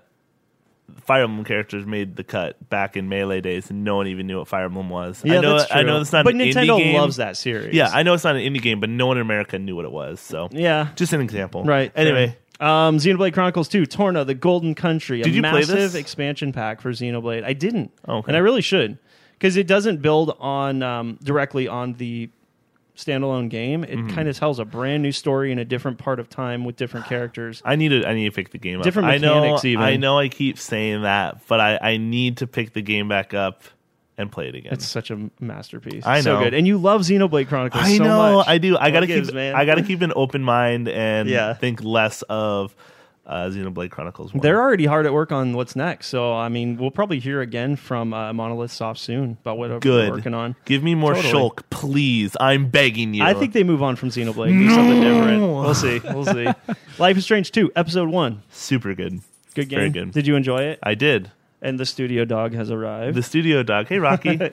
Fire Emblem characters made the cut back in Melee days, and no one even knew what Fire Emblem was.
Yeah,
I know,
that's true.
I know it's not
But
an
Nintendo
indie game.
loves that series.
Yeah, I know it's not an indie game, but no one in America knew what it was. So
yeah,
just an example.
right.
Anyway,
fair. um, Xenoblade Chronicles Two: Torna, the Golden Country, a
Did you play
massive
this?
expansion pack for Xenoblade. I didn't,
Oh, okay.
and I really should because it doesn't build on um, directly on the standalone game, it
Mm-hmm.
kind of tells a brand new story in a different part of time with different characters.
I need to I need to pick the game
Different
up.
mechanics
I know
even.
I know I keep saying that, but I, I need to pick the game back up and play it again.
It's such a masterpiece.
I
so
know.
good, and you love Xenoblade Chronicles.
I
so
know
much.
I do. I gotta
gives,
keep
man?
I gotta keep an open mind and
Yeah.
think less of uh, Xenoblade Chronicles. 1.
They're already hard at work on what's next. So I mean, we'll probably hear again from uh, Monolith Soft soon about what
good.
they're working on.
Give me more
Totally.
Shulk, please. I'm begging you.
I think they move on from Xenoblade. and Do something different. We'll see. We'll see. Life is Strange 2, Episode 1.
super good.
Good game.
Very good.
Did you enjoy it?
I did.
And the studio dog has arrived.
The studio dog. Hey Rocky.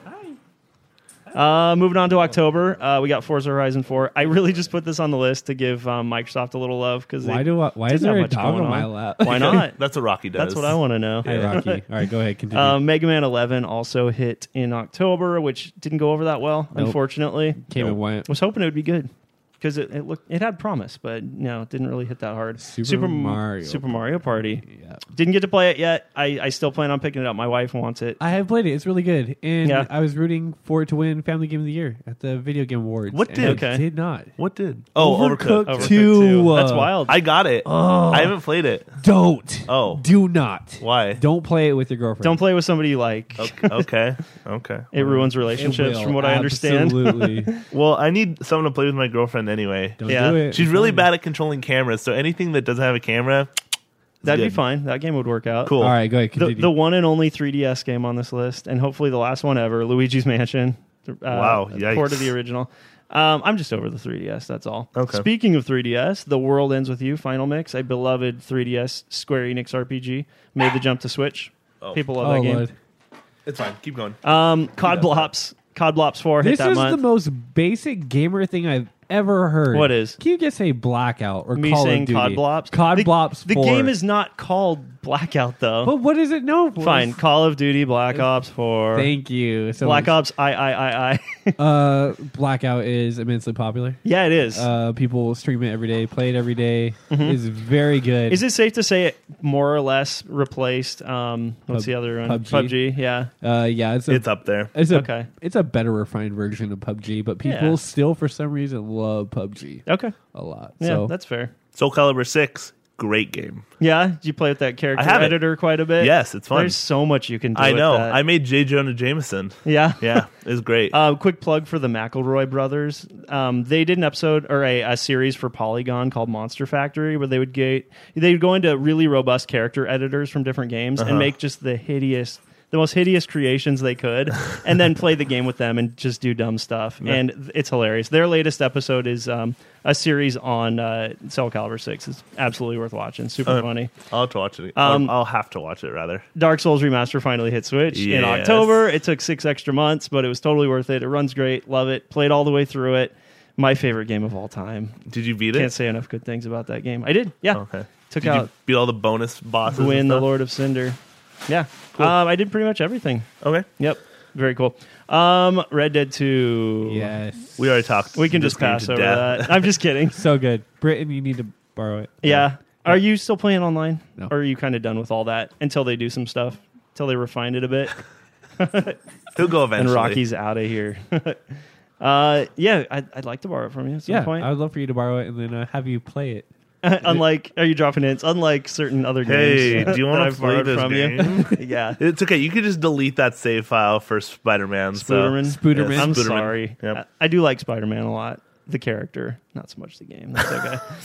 Uh, moving on to October, uh, we got Forza Horizon 4. I really just put this on the list to give um, Microsoft a little love because
Why do I, why
didn't
is there
have
a
much
dog
going
on my
on.
lap?
why not?
That's what Rocky does.
That's what I want to know.
Hi, Rocky. All right, go ahead. Continue.
Uh, Mega Man 11 also hit in October, which didn't go over that well,
Nope.
unfortunately.
Came and went.
Was hoping it would be good because it, it looked it had promise, but no, it didn't really hit that hard.
Super
M-
Mario
Super Mario Party.
Yeah.
Didn't get to play it yet. I, I still plan on picking it up. My wife wants it.
I have played it. It's really good, and
Yeah.
I was rooting for it to win Family Game of the Year at the Video Game Awards.
What
and
did?
it
Okay.
Did not.
What did? Oh,
Overcooked,
Overcooked.
Overcooked Oh.
two.
two. That's
uh,
wild.
I got it. I haven't played it.
Don't.
Oh.
Do not.
Why?
Don't play it with your girlfriend.
Don't play with somebody you like.
Okay. Okay. okay.
It ruins relationships, from what I understand.
Absolutely.
Well, I need someone to play with my girlfriend anyway.
Don't
Yeah.
do it.
She's really bad at controlling cameras, so anything that doesn't have a camera,
That'd be
good.
fine. That game would work out.
cool.
All right, go ahead.
The,
Continue.
the one and only 3DS game on this list, and hopefully the last one ever, Luigi's Mansion. Uh,
Wow, yikes.
Port of the original. Um, I'm just over the 3DS. That's all.
Okay.
Speaking of 3DS, The World Ends with You, Final Mix, a beloved 3DS Square Enix RPG, made the jump to Switch. People love
oh,
that game.
Lord.
It's fine. Keep going.
Um, COD Blops, COD Blops Four hit
This
that
is
month.
the most basic gamer thing I've ever heard.
What is?
Can you just say blackout or
me
Call
saying
of Duty?
COD Blops.
Cod
the,
Blops.
The
4.
game is not called Blackout though.
But what is it known for?
Fine, Call of Duty Black Ops Four.
Thank you. So
Black
much.
Ops I I I I.
Uh, blackout is immensely popular.
yeah, it is.
Uh, people stream it every day, play it every day. It's very good.
Mm-hmm. is it safe to say it more or less replaced? Um, what's
Pub-
the other one?
PUBG?
PUBG. Yeah.
Uh, yeah, it's a,
It's up there.
It's a
Okay.
It's a better refined version of PUBG, but people
Yeah.
still, for some reason, love PUBG
Okay.
a lot.
Yeah,
so
that's fair.
Soul Calibur Six, great game.
Yeah, did you play with that character
I have it.
editor quite a bit.
Yes, it's fun.
There's so much you can do.
I
with
know.
that.
I made J. Jonah Jameson.
yeah.
Yeah, it's great.
Uh, quick plug for the McElroy brothers. Um, they did an episode or a, a series for Polygon called Monster Factory, where they would get they would go into really robust character editors from different games and make just the hideous, the most hideous creations they could, and then play the game with them and just do dumb stuff. And th- it's hilarious. Their latest episode is um, a series on uh, Cell Calibur Six. It's absolutely worth watching. Super funny.
I'll have to watch it.
um,
I'll, I'll have to watch it rather.
Dark Souls Remaster finally hit Switch in
Yes.
October. It took six extra months, but it was totally worth it. It runs great. Love it. Played all the way through it. My favorite game of all time.
Did you beat
Can't
it?
say enough good things about that game. I did. Yeah.
Okay.
Took
Did you
out
beat all the bonus bosses. and
Gwyn, the
stuff?
Lord of Cinder. Yeah. Um, I did pretty much everything.
Okay.
Yep. Very cool. Um, Red Dead 2.
yes,
We already talked.
We can
this
just
game
pass
to
over
death.
that. I'm just kidding.
so good. Britain, you need to borrow it.
Yeah. Are you still playing online?
No.
Or are you kind of done with all that until they do some stuff? Until they refine it a bit?
He'll go eventually.
and Rocky's out of here. uh, yeah, I'd, I'd like to borrow it from you at some
Yeah,
point.
I would love for you to borrow it and then uh, have you play it.
unlike, are you dropping hints? Unlike certain other
Hey,
games.
do you
that
want
I've
to play
borrowed
this
from
game?
you? yeah.
It's okay. You could just delete that save file for Spider Man.
Spooderman.
So.
Spooderman.
I'm
Spooderman.
sorry. Uh,
Yep.
I, I do like Spider Man a lot. The character, not so much the game. That's okay. Uh,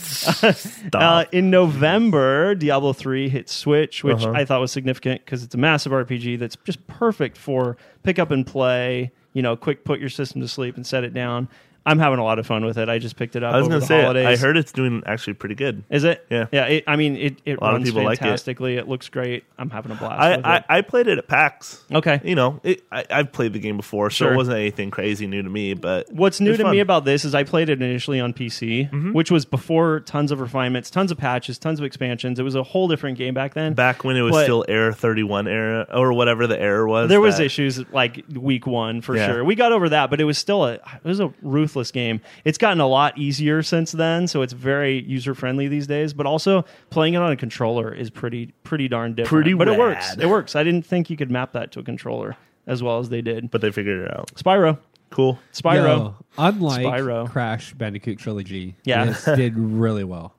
Stop. Uh-huh.
in November, Diablo 3 hit Switch, which I thought was significant because it's a massive RPG that's just perfect for pick up and play, you know, quick put your system to sleep and set it down. I'm having a lot of fun with it. I just picked it up
I was
over
gonna
the
say.
holidays.
I heard it's doing actually pretty good.
Is it?
Yeah.
Yeah. It, I mean, it, it
lot of
runs
people like it.
fantastically. It. looks great. I'm having a blast.
I,
with
I,
it.
I played it at PAX.
Okay.
You know, it, I, I've played the game before, so
Sure.
it wasn't anything crazy new to me. But
What's new
it's
to
fun. Mm-hmm.
me about this is I played it initially on PC, which was before tons of refinements, tons of patches, tons of expansions. It was a whole different game back then.
back when it was
But-
still Error 31 era or whatever the error was?
there was
that-
issues like week one for
Yeah.
sure. We got over that, but it was still a it was a ruthless game. It's gotten a lot easier since then, so it's very user friendly these days. But also playing it on a controller is pretty pretty darn different.
Pretty
but it
rad.
works. It works. I didn't think you could map that to a controller as well as they did.
But they figured it out.
Spyro.
Cool.
Spyro.
No, unlike
Spyro.
Crash Bandicoot trilogy,
Yeah.
this did really well.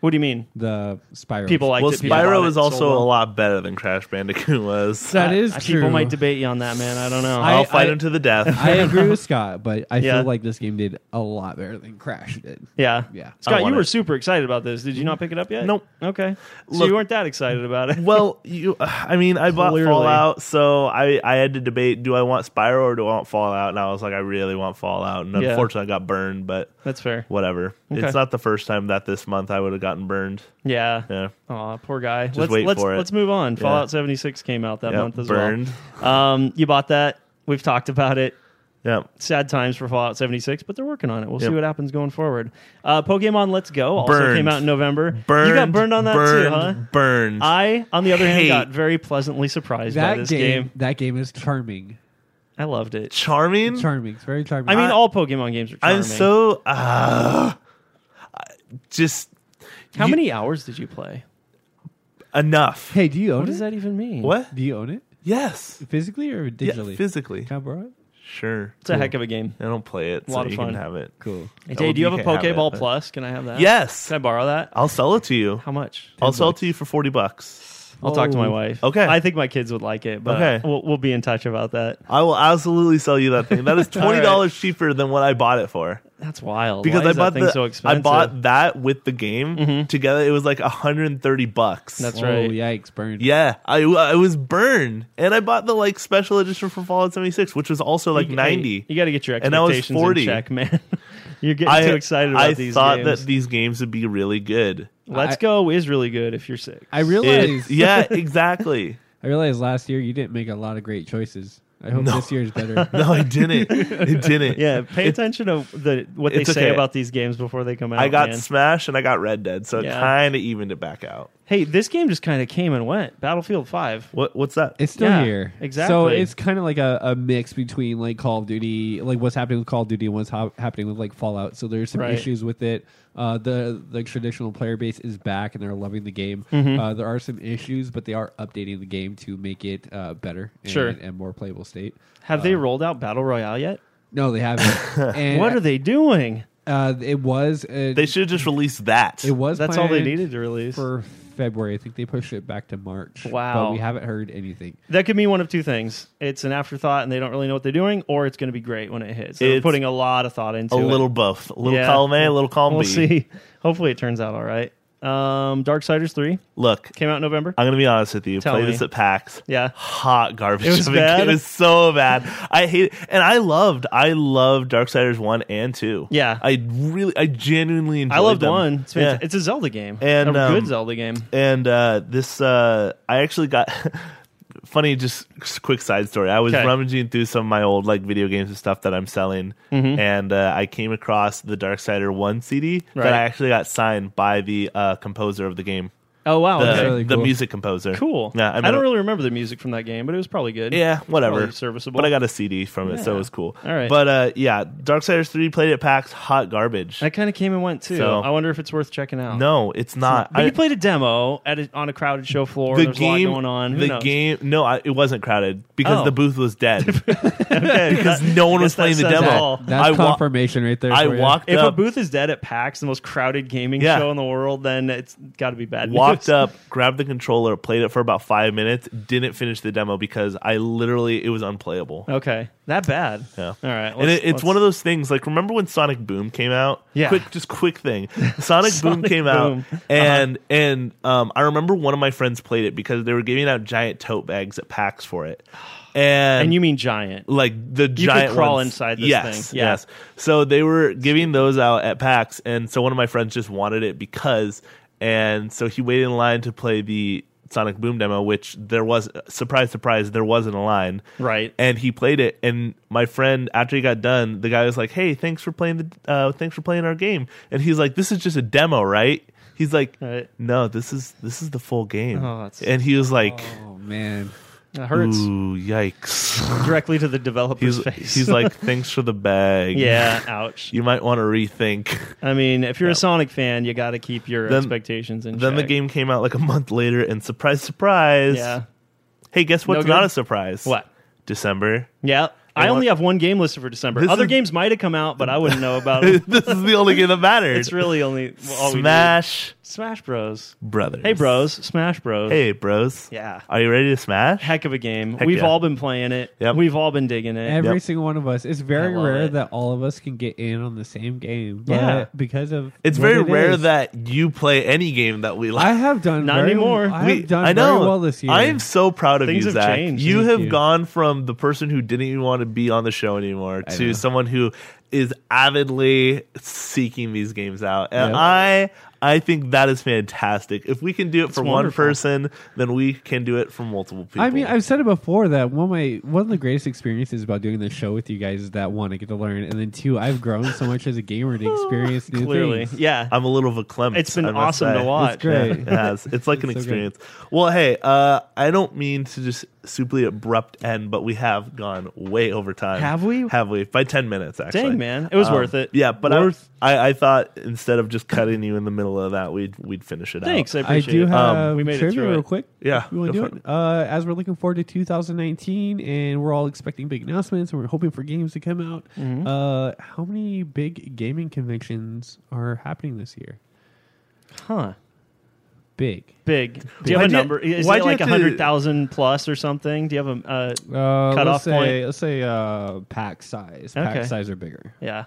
What do you mean?
The Spyro
People liked
Well,
it. people bought
Spyro
it,
is
sold
also
them.
a lot better than Crash Bandicoot was.
that
I-
is
I-
true.
People might debate you on that, man. I don't know.
I-
I'll fight him to the death.
I agree with Scott, but I
Yeah.
feel like this game did a lot better than Crash did.
yeah.
Yeah.
I
Scott, you
want
were
it.
super excited about this. Did you not pick it up yet?
Nope.
Okay. So
Look-
you weren't that excited about it.
well, you. I mean, I bought
Clearly.
Fallout, so I I had to debate: do I want Spyro or do I want Fallout? And I was like, I really want Fallout, and
Yeah.
unfortunately, I got burned. But
That's fair.
whatever.
Okay.
It's not the first time that this month I would have gotten burned.
Yeah.
Yeah,
Aw, poor guy. let's
wait
let's,
for it.
let's move on. Fallout 76 came out that
Yep,
month as
burned.
well. Um, you bought that. We've talked about it.
Yeah,
Sad times for Fallout 76, but they're working on it. We'll
Yep.
see what happens going forward. Uh, Pokemon Let's Go also
Burned.
came out in November.
burned.
you got burned on that
burned,
too, huh?
Burned.
I, on the other hand,
Hate.
got very pleasantly surprised by
That
this
game,
game.
that game is charming,
I loved it.
Charming.
charming. It's very charming.
Mm. I mean,
I-
all Pokemon games are charming.
I'm so uh, just
How
you-
many hours did you play?
enough.
hey, do you own
What
it?
does that even mean?
what?
Do you own it
Yes.
physically or
Yeah,
digitally?
physically.
Can I borrow it?
Sure.
It's a heck of a game.
I don't play it, so
Lot of
you
fun.
can have it.
Hey,
Cool.
well,
Dave, do you
you
have a
can't have it,
Pokeball
but-
Plus? Can I have that?
Yes.
Can I borrow that?
I'll sell it to you.
How much?
I'll sell it to you for forty bucks.
I'll talk to my
Oh.
wife.
Okay.
I think my kids would like it, but
Okay.
we'll, we'll be in touch about that.
I will absolutely sell you that thing. That is twenty dollars cheaper than what I bought it for.
That's wild.
Because
Why
I
is
bought
that thing
the
so expensive. Mm-hmm.
I bought that with the game together. It was like hundred and thirty bucks.
That's
oh,
right.
Yikes! Burned.
yeah, I, I was burned, and I bought the like special edition for Fallout seventy six, which was also like
Hey,
ninety.
you got to get your
And I was
expectations
40.
in check, man. You're getting
I
too excited about
I
these
thought
games.
that these games would be really good.
Let's
I-
Go is really good if you're sick.
I
It-
realize.
yeah, exactly.
I realized last year you didn't make a lot of great choices. I hope
No.
this year is better.
No, I didn't. It didn't.
yeah, pay attention to the what they
it's
say
okay.
about these games before they come out.
I got
man.
Smash and I got Red Dead, so
Yeah.
it kind of evened it back out.
Hey, this game just kind of came and went. Battlefield 5.
What what's that?
It's still
Yeah,
here. So
exactly.
it's kind of like a, a mix between like Call of Duty, like what's happening with Call of Duty and what's hap- happening with like Fallout. So there's some
Right.
issues with it. Uh, the the traditional player base is back and they're loving the game.
Mm-hmm.
Uh, there are some issues, but they are updating the game to make it uh, better and,
Sure.
and more playable state.
Have
Uh,
they rolled out Battle Royale yet?
No, they haven't. and,
What are they doing?
Uh, it was uh
They should have just released that.
it was
That's all they
planned
needed to release.
for February. I think they pushed it back to March.
Wow.
but we haven't heard anything.
That could mean one of two things. It's an afterthought and they don't really know what they're doing, or it's going to be great when it hits. They're
It's
putting a lot of thought into
a
it.
little buff, a little
Yeah.
column A, a little column
We'll
B.
see. Hopefully it turns out all right. Um, Darksiders 3
Look,
came out in November.
I'm gonna be honest with you.
Tell
Play
me.
this at PAX.
Yeah.
Hot garbage.
It was
I mean,
bad?
It was so bad. I hate it. And I loved, I loved Darksiders 1 and 2.
Yeah.
I really, I genuinely enjoyed
I loved
them.
one. It's, fantastic.
Yeah.
it's a Zelda game.
And,
a good
um,
Zelda game.
and uh, this uh, I actually got funny. Just s- quick side story. I was
Okay.
rummaging through some of my old like video games and stuff that I'm selling,
Mm-hmm.
and uh, I came across the Darksider One CD
Right.
that I actually got signed by the uh, composer of the game,
Oh wow.
the,
okay.
really
the
cool.
music composer.
Cool.
Yeah,
I,
mean,
don't really remember the music from that game, but it was probably good.
Yeah, whatever.
Probably serviceable.
But I got a CD from it, so
Yeah.
it was cool.
All right.
But uh, yeah, Darksiders Three played at PAX. Hot garbage.
That kind of came and went too.
So-
I wonder if it's worth checking out.
no, it's not.
But
I-
you played a demo at a, on a crowded show floor. and There's a lot going on. Who
the
knows?
game. No, I, it wasn't crowded because
Oh.
the booth was dead. because no one was
that
playing the
says it all.
demo.
That's
I, wa-
confirmation right there.
I
for ya.
walked
If a
up,
booth is dead at PAX, the most crowded gaming
Yeah.
show in the world, then it's got to be bad.
walked
news.
up, grabbed the controller, played it for about five minutes, didn't finish the demo because I literally it was unplayable.
Okay, that bad.
Yeah.
Oh. All right.
and it, it's one of those things. Like, remember when Sonic Boom came out?
Yeah.
Quick, just quick thing. Sonic, Boom
Sonic
came
Boom. Uh-huh.
out, and and um, I remember one of my friends played it because they were giving out giant tote bags at PAX for it. And,
And you mean giant?
like the giant
crawl
ones.
inside this
yes,
thing. Yeah.
Yes. So they were giving those out at PAX, and so one of my friends just wanted it because, and so he waited in line to play the Sonic Boom demo, which there was surprise, surprise, there wasn't a line.
Right.
And he played it, and my friend, after he got done, the guy was like, "Hey, thanks for playing the, uh, thanks for playing our game," and he's like, "This is just a demo, right?" He's like,
Right.
"No, this is this is the full game,"
Oh, that's-
and he was like.
Oh man.
It hurts
Ooh, yikes.
directly to the developer's
He's,
face.
he's like, thanks for the bag.
yeah, ouch.
You might want to rethink.
I mean, if you're a Sonic fan, you got to keep your
Then-
expectations in
Then the
check.
game came out like a month later, and surprise, surprise.
Yeah.
Hey, guess what's
No good?
not a surprise?
What?
December.
Yeah. I only have one game listed for December.
This
Other
is-
games might have come out, but I wouldn't know about it.
this is the only game that matters.
Oh. It's really only all we need.
Smash
Smash Bros.
Brothers.
Hey, bros. Smash Bros.
Hey, bros.
Yeah.
Are you ready to smash?
Heck of a game.
Heck
We've
yeah.
all been playing it.
Yep.
We've all been digging it.
Every
Yep.
single one of us. It's very
I love
rare
it.
that all of us can get in on the same game. But
Yeah.
because of
it's
what
very
it
rare
is.
that you play any game that we like.
I have done
Not
very,
anymore.
I have
We-
done
I know.
very well this year.
I am so proud of
Things
you,
have
Zach.
changed.
You
Thank
have
you.
gone from the person who didn't even want to be on the show anymore to
know.
someone who is avidly seeking these games out, and
Yeah.
I I think that is fantastic. If we can do it for one
wonderful.
person, then we can do it for multiple people.
I mean, I've said it before that one of my one of the greatest experiences about doing this show with you guys is that one, I get to learn, and then two, I've grown so much as a gamer to experience new
Clearly.
things.
Yeah.
I'm a little verklempt.
It's been
I must
awesome to
say.
watch.
It's great.
It has. It's like an
It's so good.
experience. Well, hey, uh, I don't mean to just superly abrupt end, but we have gone way over time.
Have we?
Have we? By 10 minutes, actually. Um,
Dang, man. It was worth it.
Yeah, but
Worth-
I, I, I thought instead of just cutting you in the middle of that, we'd, we'd finish it
Thanks. I
out.
I
appreciate
do
it. Um,
have
we made it
trivia
through
real
it.
quick.
Yeah,
we want
go
to
for
do it. Uh, as we're looking forward to 2019, and we're all expecting big announcements, and we're hoping for games to come out.
Mm-hmm.
Uh, how many big gaming conventions are happening this year?
Huh.
Big.
Big. Do you
Why'd
have a
you-
number? Is it
why'd you
like
have to-
100,000 plus or something? Do you have a. Uh,
Uh,
Cut
let's
off
say,
point?
Let's say uh, pack size.
Okay.
Pack size or bigger.
yeah.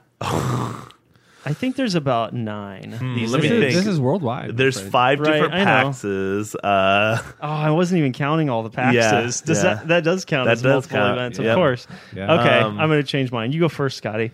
I think there's about nine. These
Hmm, let me
are the-
think.
This is worldwide. I'm
There's
afraid.
five
Right,
different
I know.
paxes. Uh,
Oh, I wasn't even counting all the
Yeah,
paxes. does
yeah.
that that does count
That
as
does
multiple
count,
events?
yep.
Of course.
Yeah.
Okay,
Um,
I'm going to change mine. You go first, Scotty.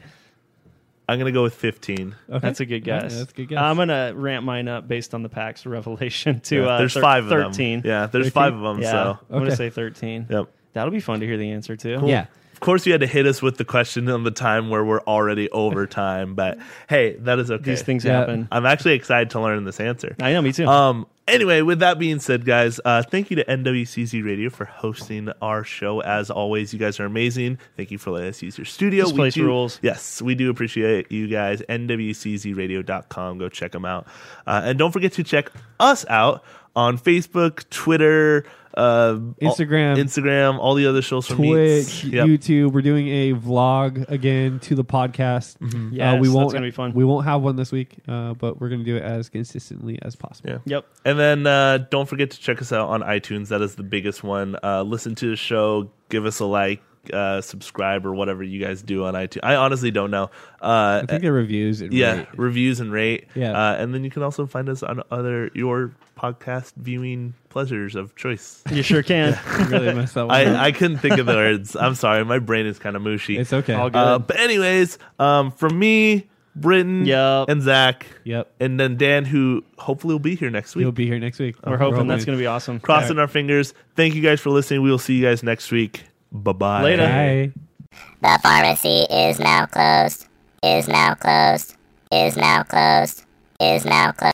I'm going to go with 15.
Okay.
That's a good
Yeah,
guess. Um,
that's a good guess.
I'm going to ramp mine up based on the pax revelation to
Yeah,
uh,
there's
thir-
five of
13.
them. Yeah, there's
13?
five of them.
Yeah,
So,
I'm going
Okay.
to say 13.
yep.
That'll be fun to hear the answer to.
Yeah.
Of course, you had to hit us with the question on the time where we're already over time, but hey, that is okay.
These things
Yeah.
happen.
I'm actually excited to learn this answer.
I know, me too.
Um. Anyway, with that being said, guys, uh, thank you to NWCZ Radio for hosting our show. As always, you guys are amazing. Thank you for letting us use your studio.
This place
do,
rules.
Yes, we do appreciate you guys. NWCZRadio.com. Go check them out. Uh, and don't forget to check us out on Facebook, Twitter, uh,
Instagram.
all, Instagram, all the other social
Twitch,
meets. Yep.
YouTube. We're doing a vlog again to the podcast.
Mm-hmm.
Yes,
we
that's
won't.
gonna be fun.
We won't have one this week, uh, but we're gonna do it as consistently as possible.
Yeah.
yep.
And then uh, don't forget to check us out on iTunes. That is the biggest one. Uh, listen to the show, give us a like, uh, subscribe, or whatever you guys do on iTunes. I honestly don't know. Uh,
I think the reviews. And
yeah,
rate.
reviews and rate.
Yeah.
Uh, and then you can also find us on other your podcast viewing pleasures of choice.
You sure can.
really messed that one. up.
I, I couldn't think of the words. I'm sorry. My brain is kind of mushy.
it's okay.
All good.
Uh, but anyways, um, from me, Britton,
Yup.
and Zach,
Yep.
and then Dan, who hopefully will be here next week.
You'll be here next week.
We're hoping that's going to be awesome.
crossing our fingers. Thank you guys for listening. We will see you guys next week. Bye bye.
Later.
Bye.
The pharmacy is now closed. Is now closed. Is now closed. Is now closed.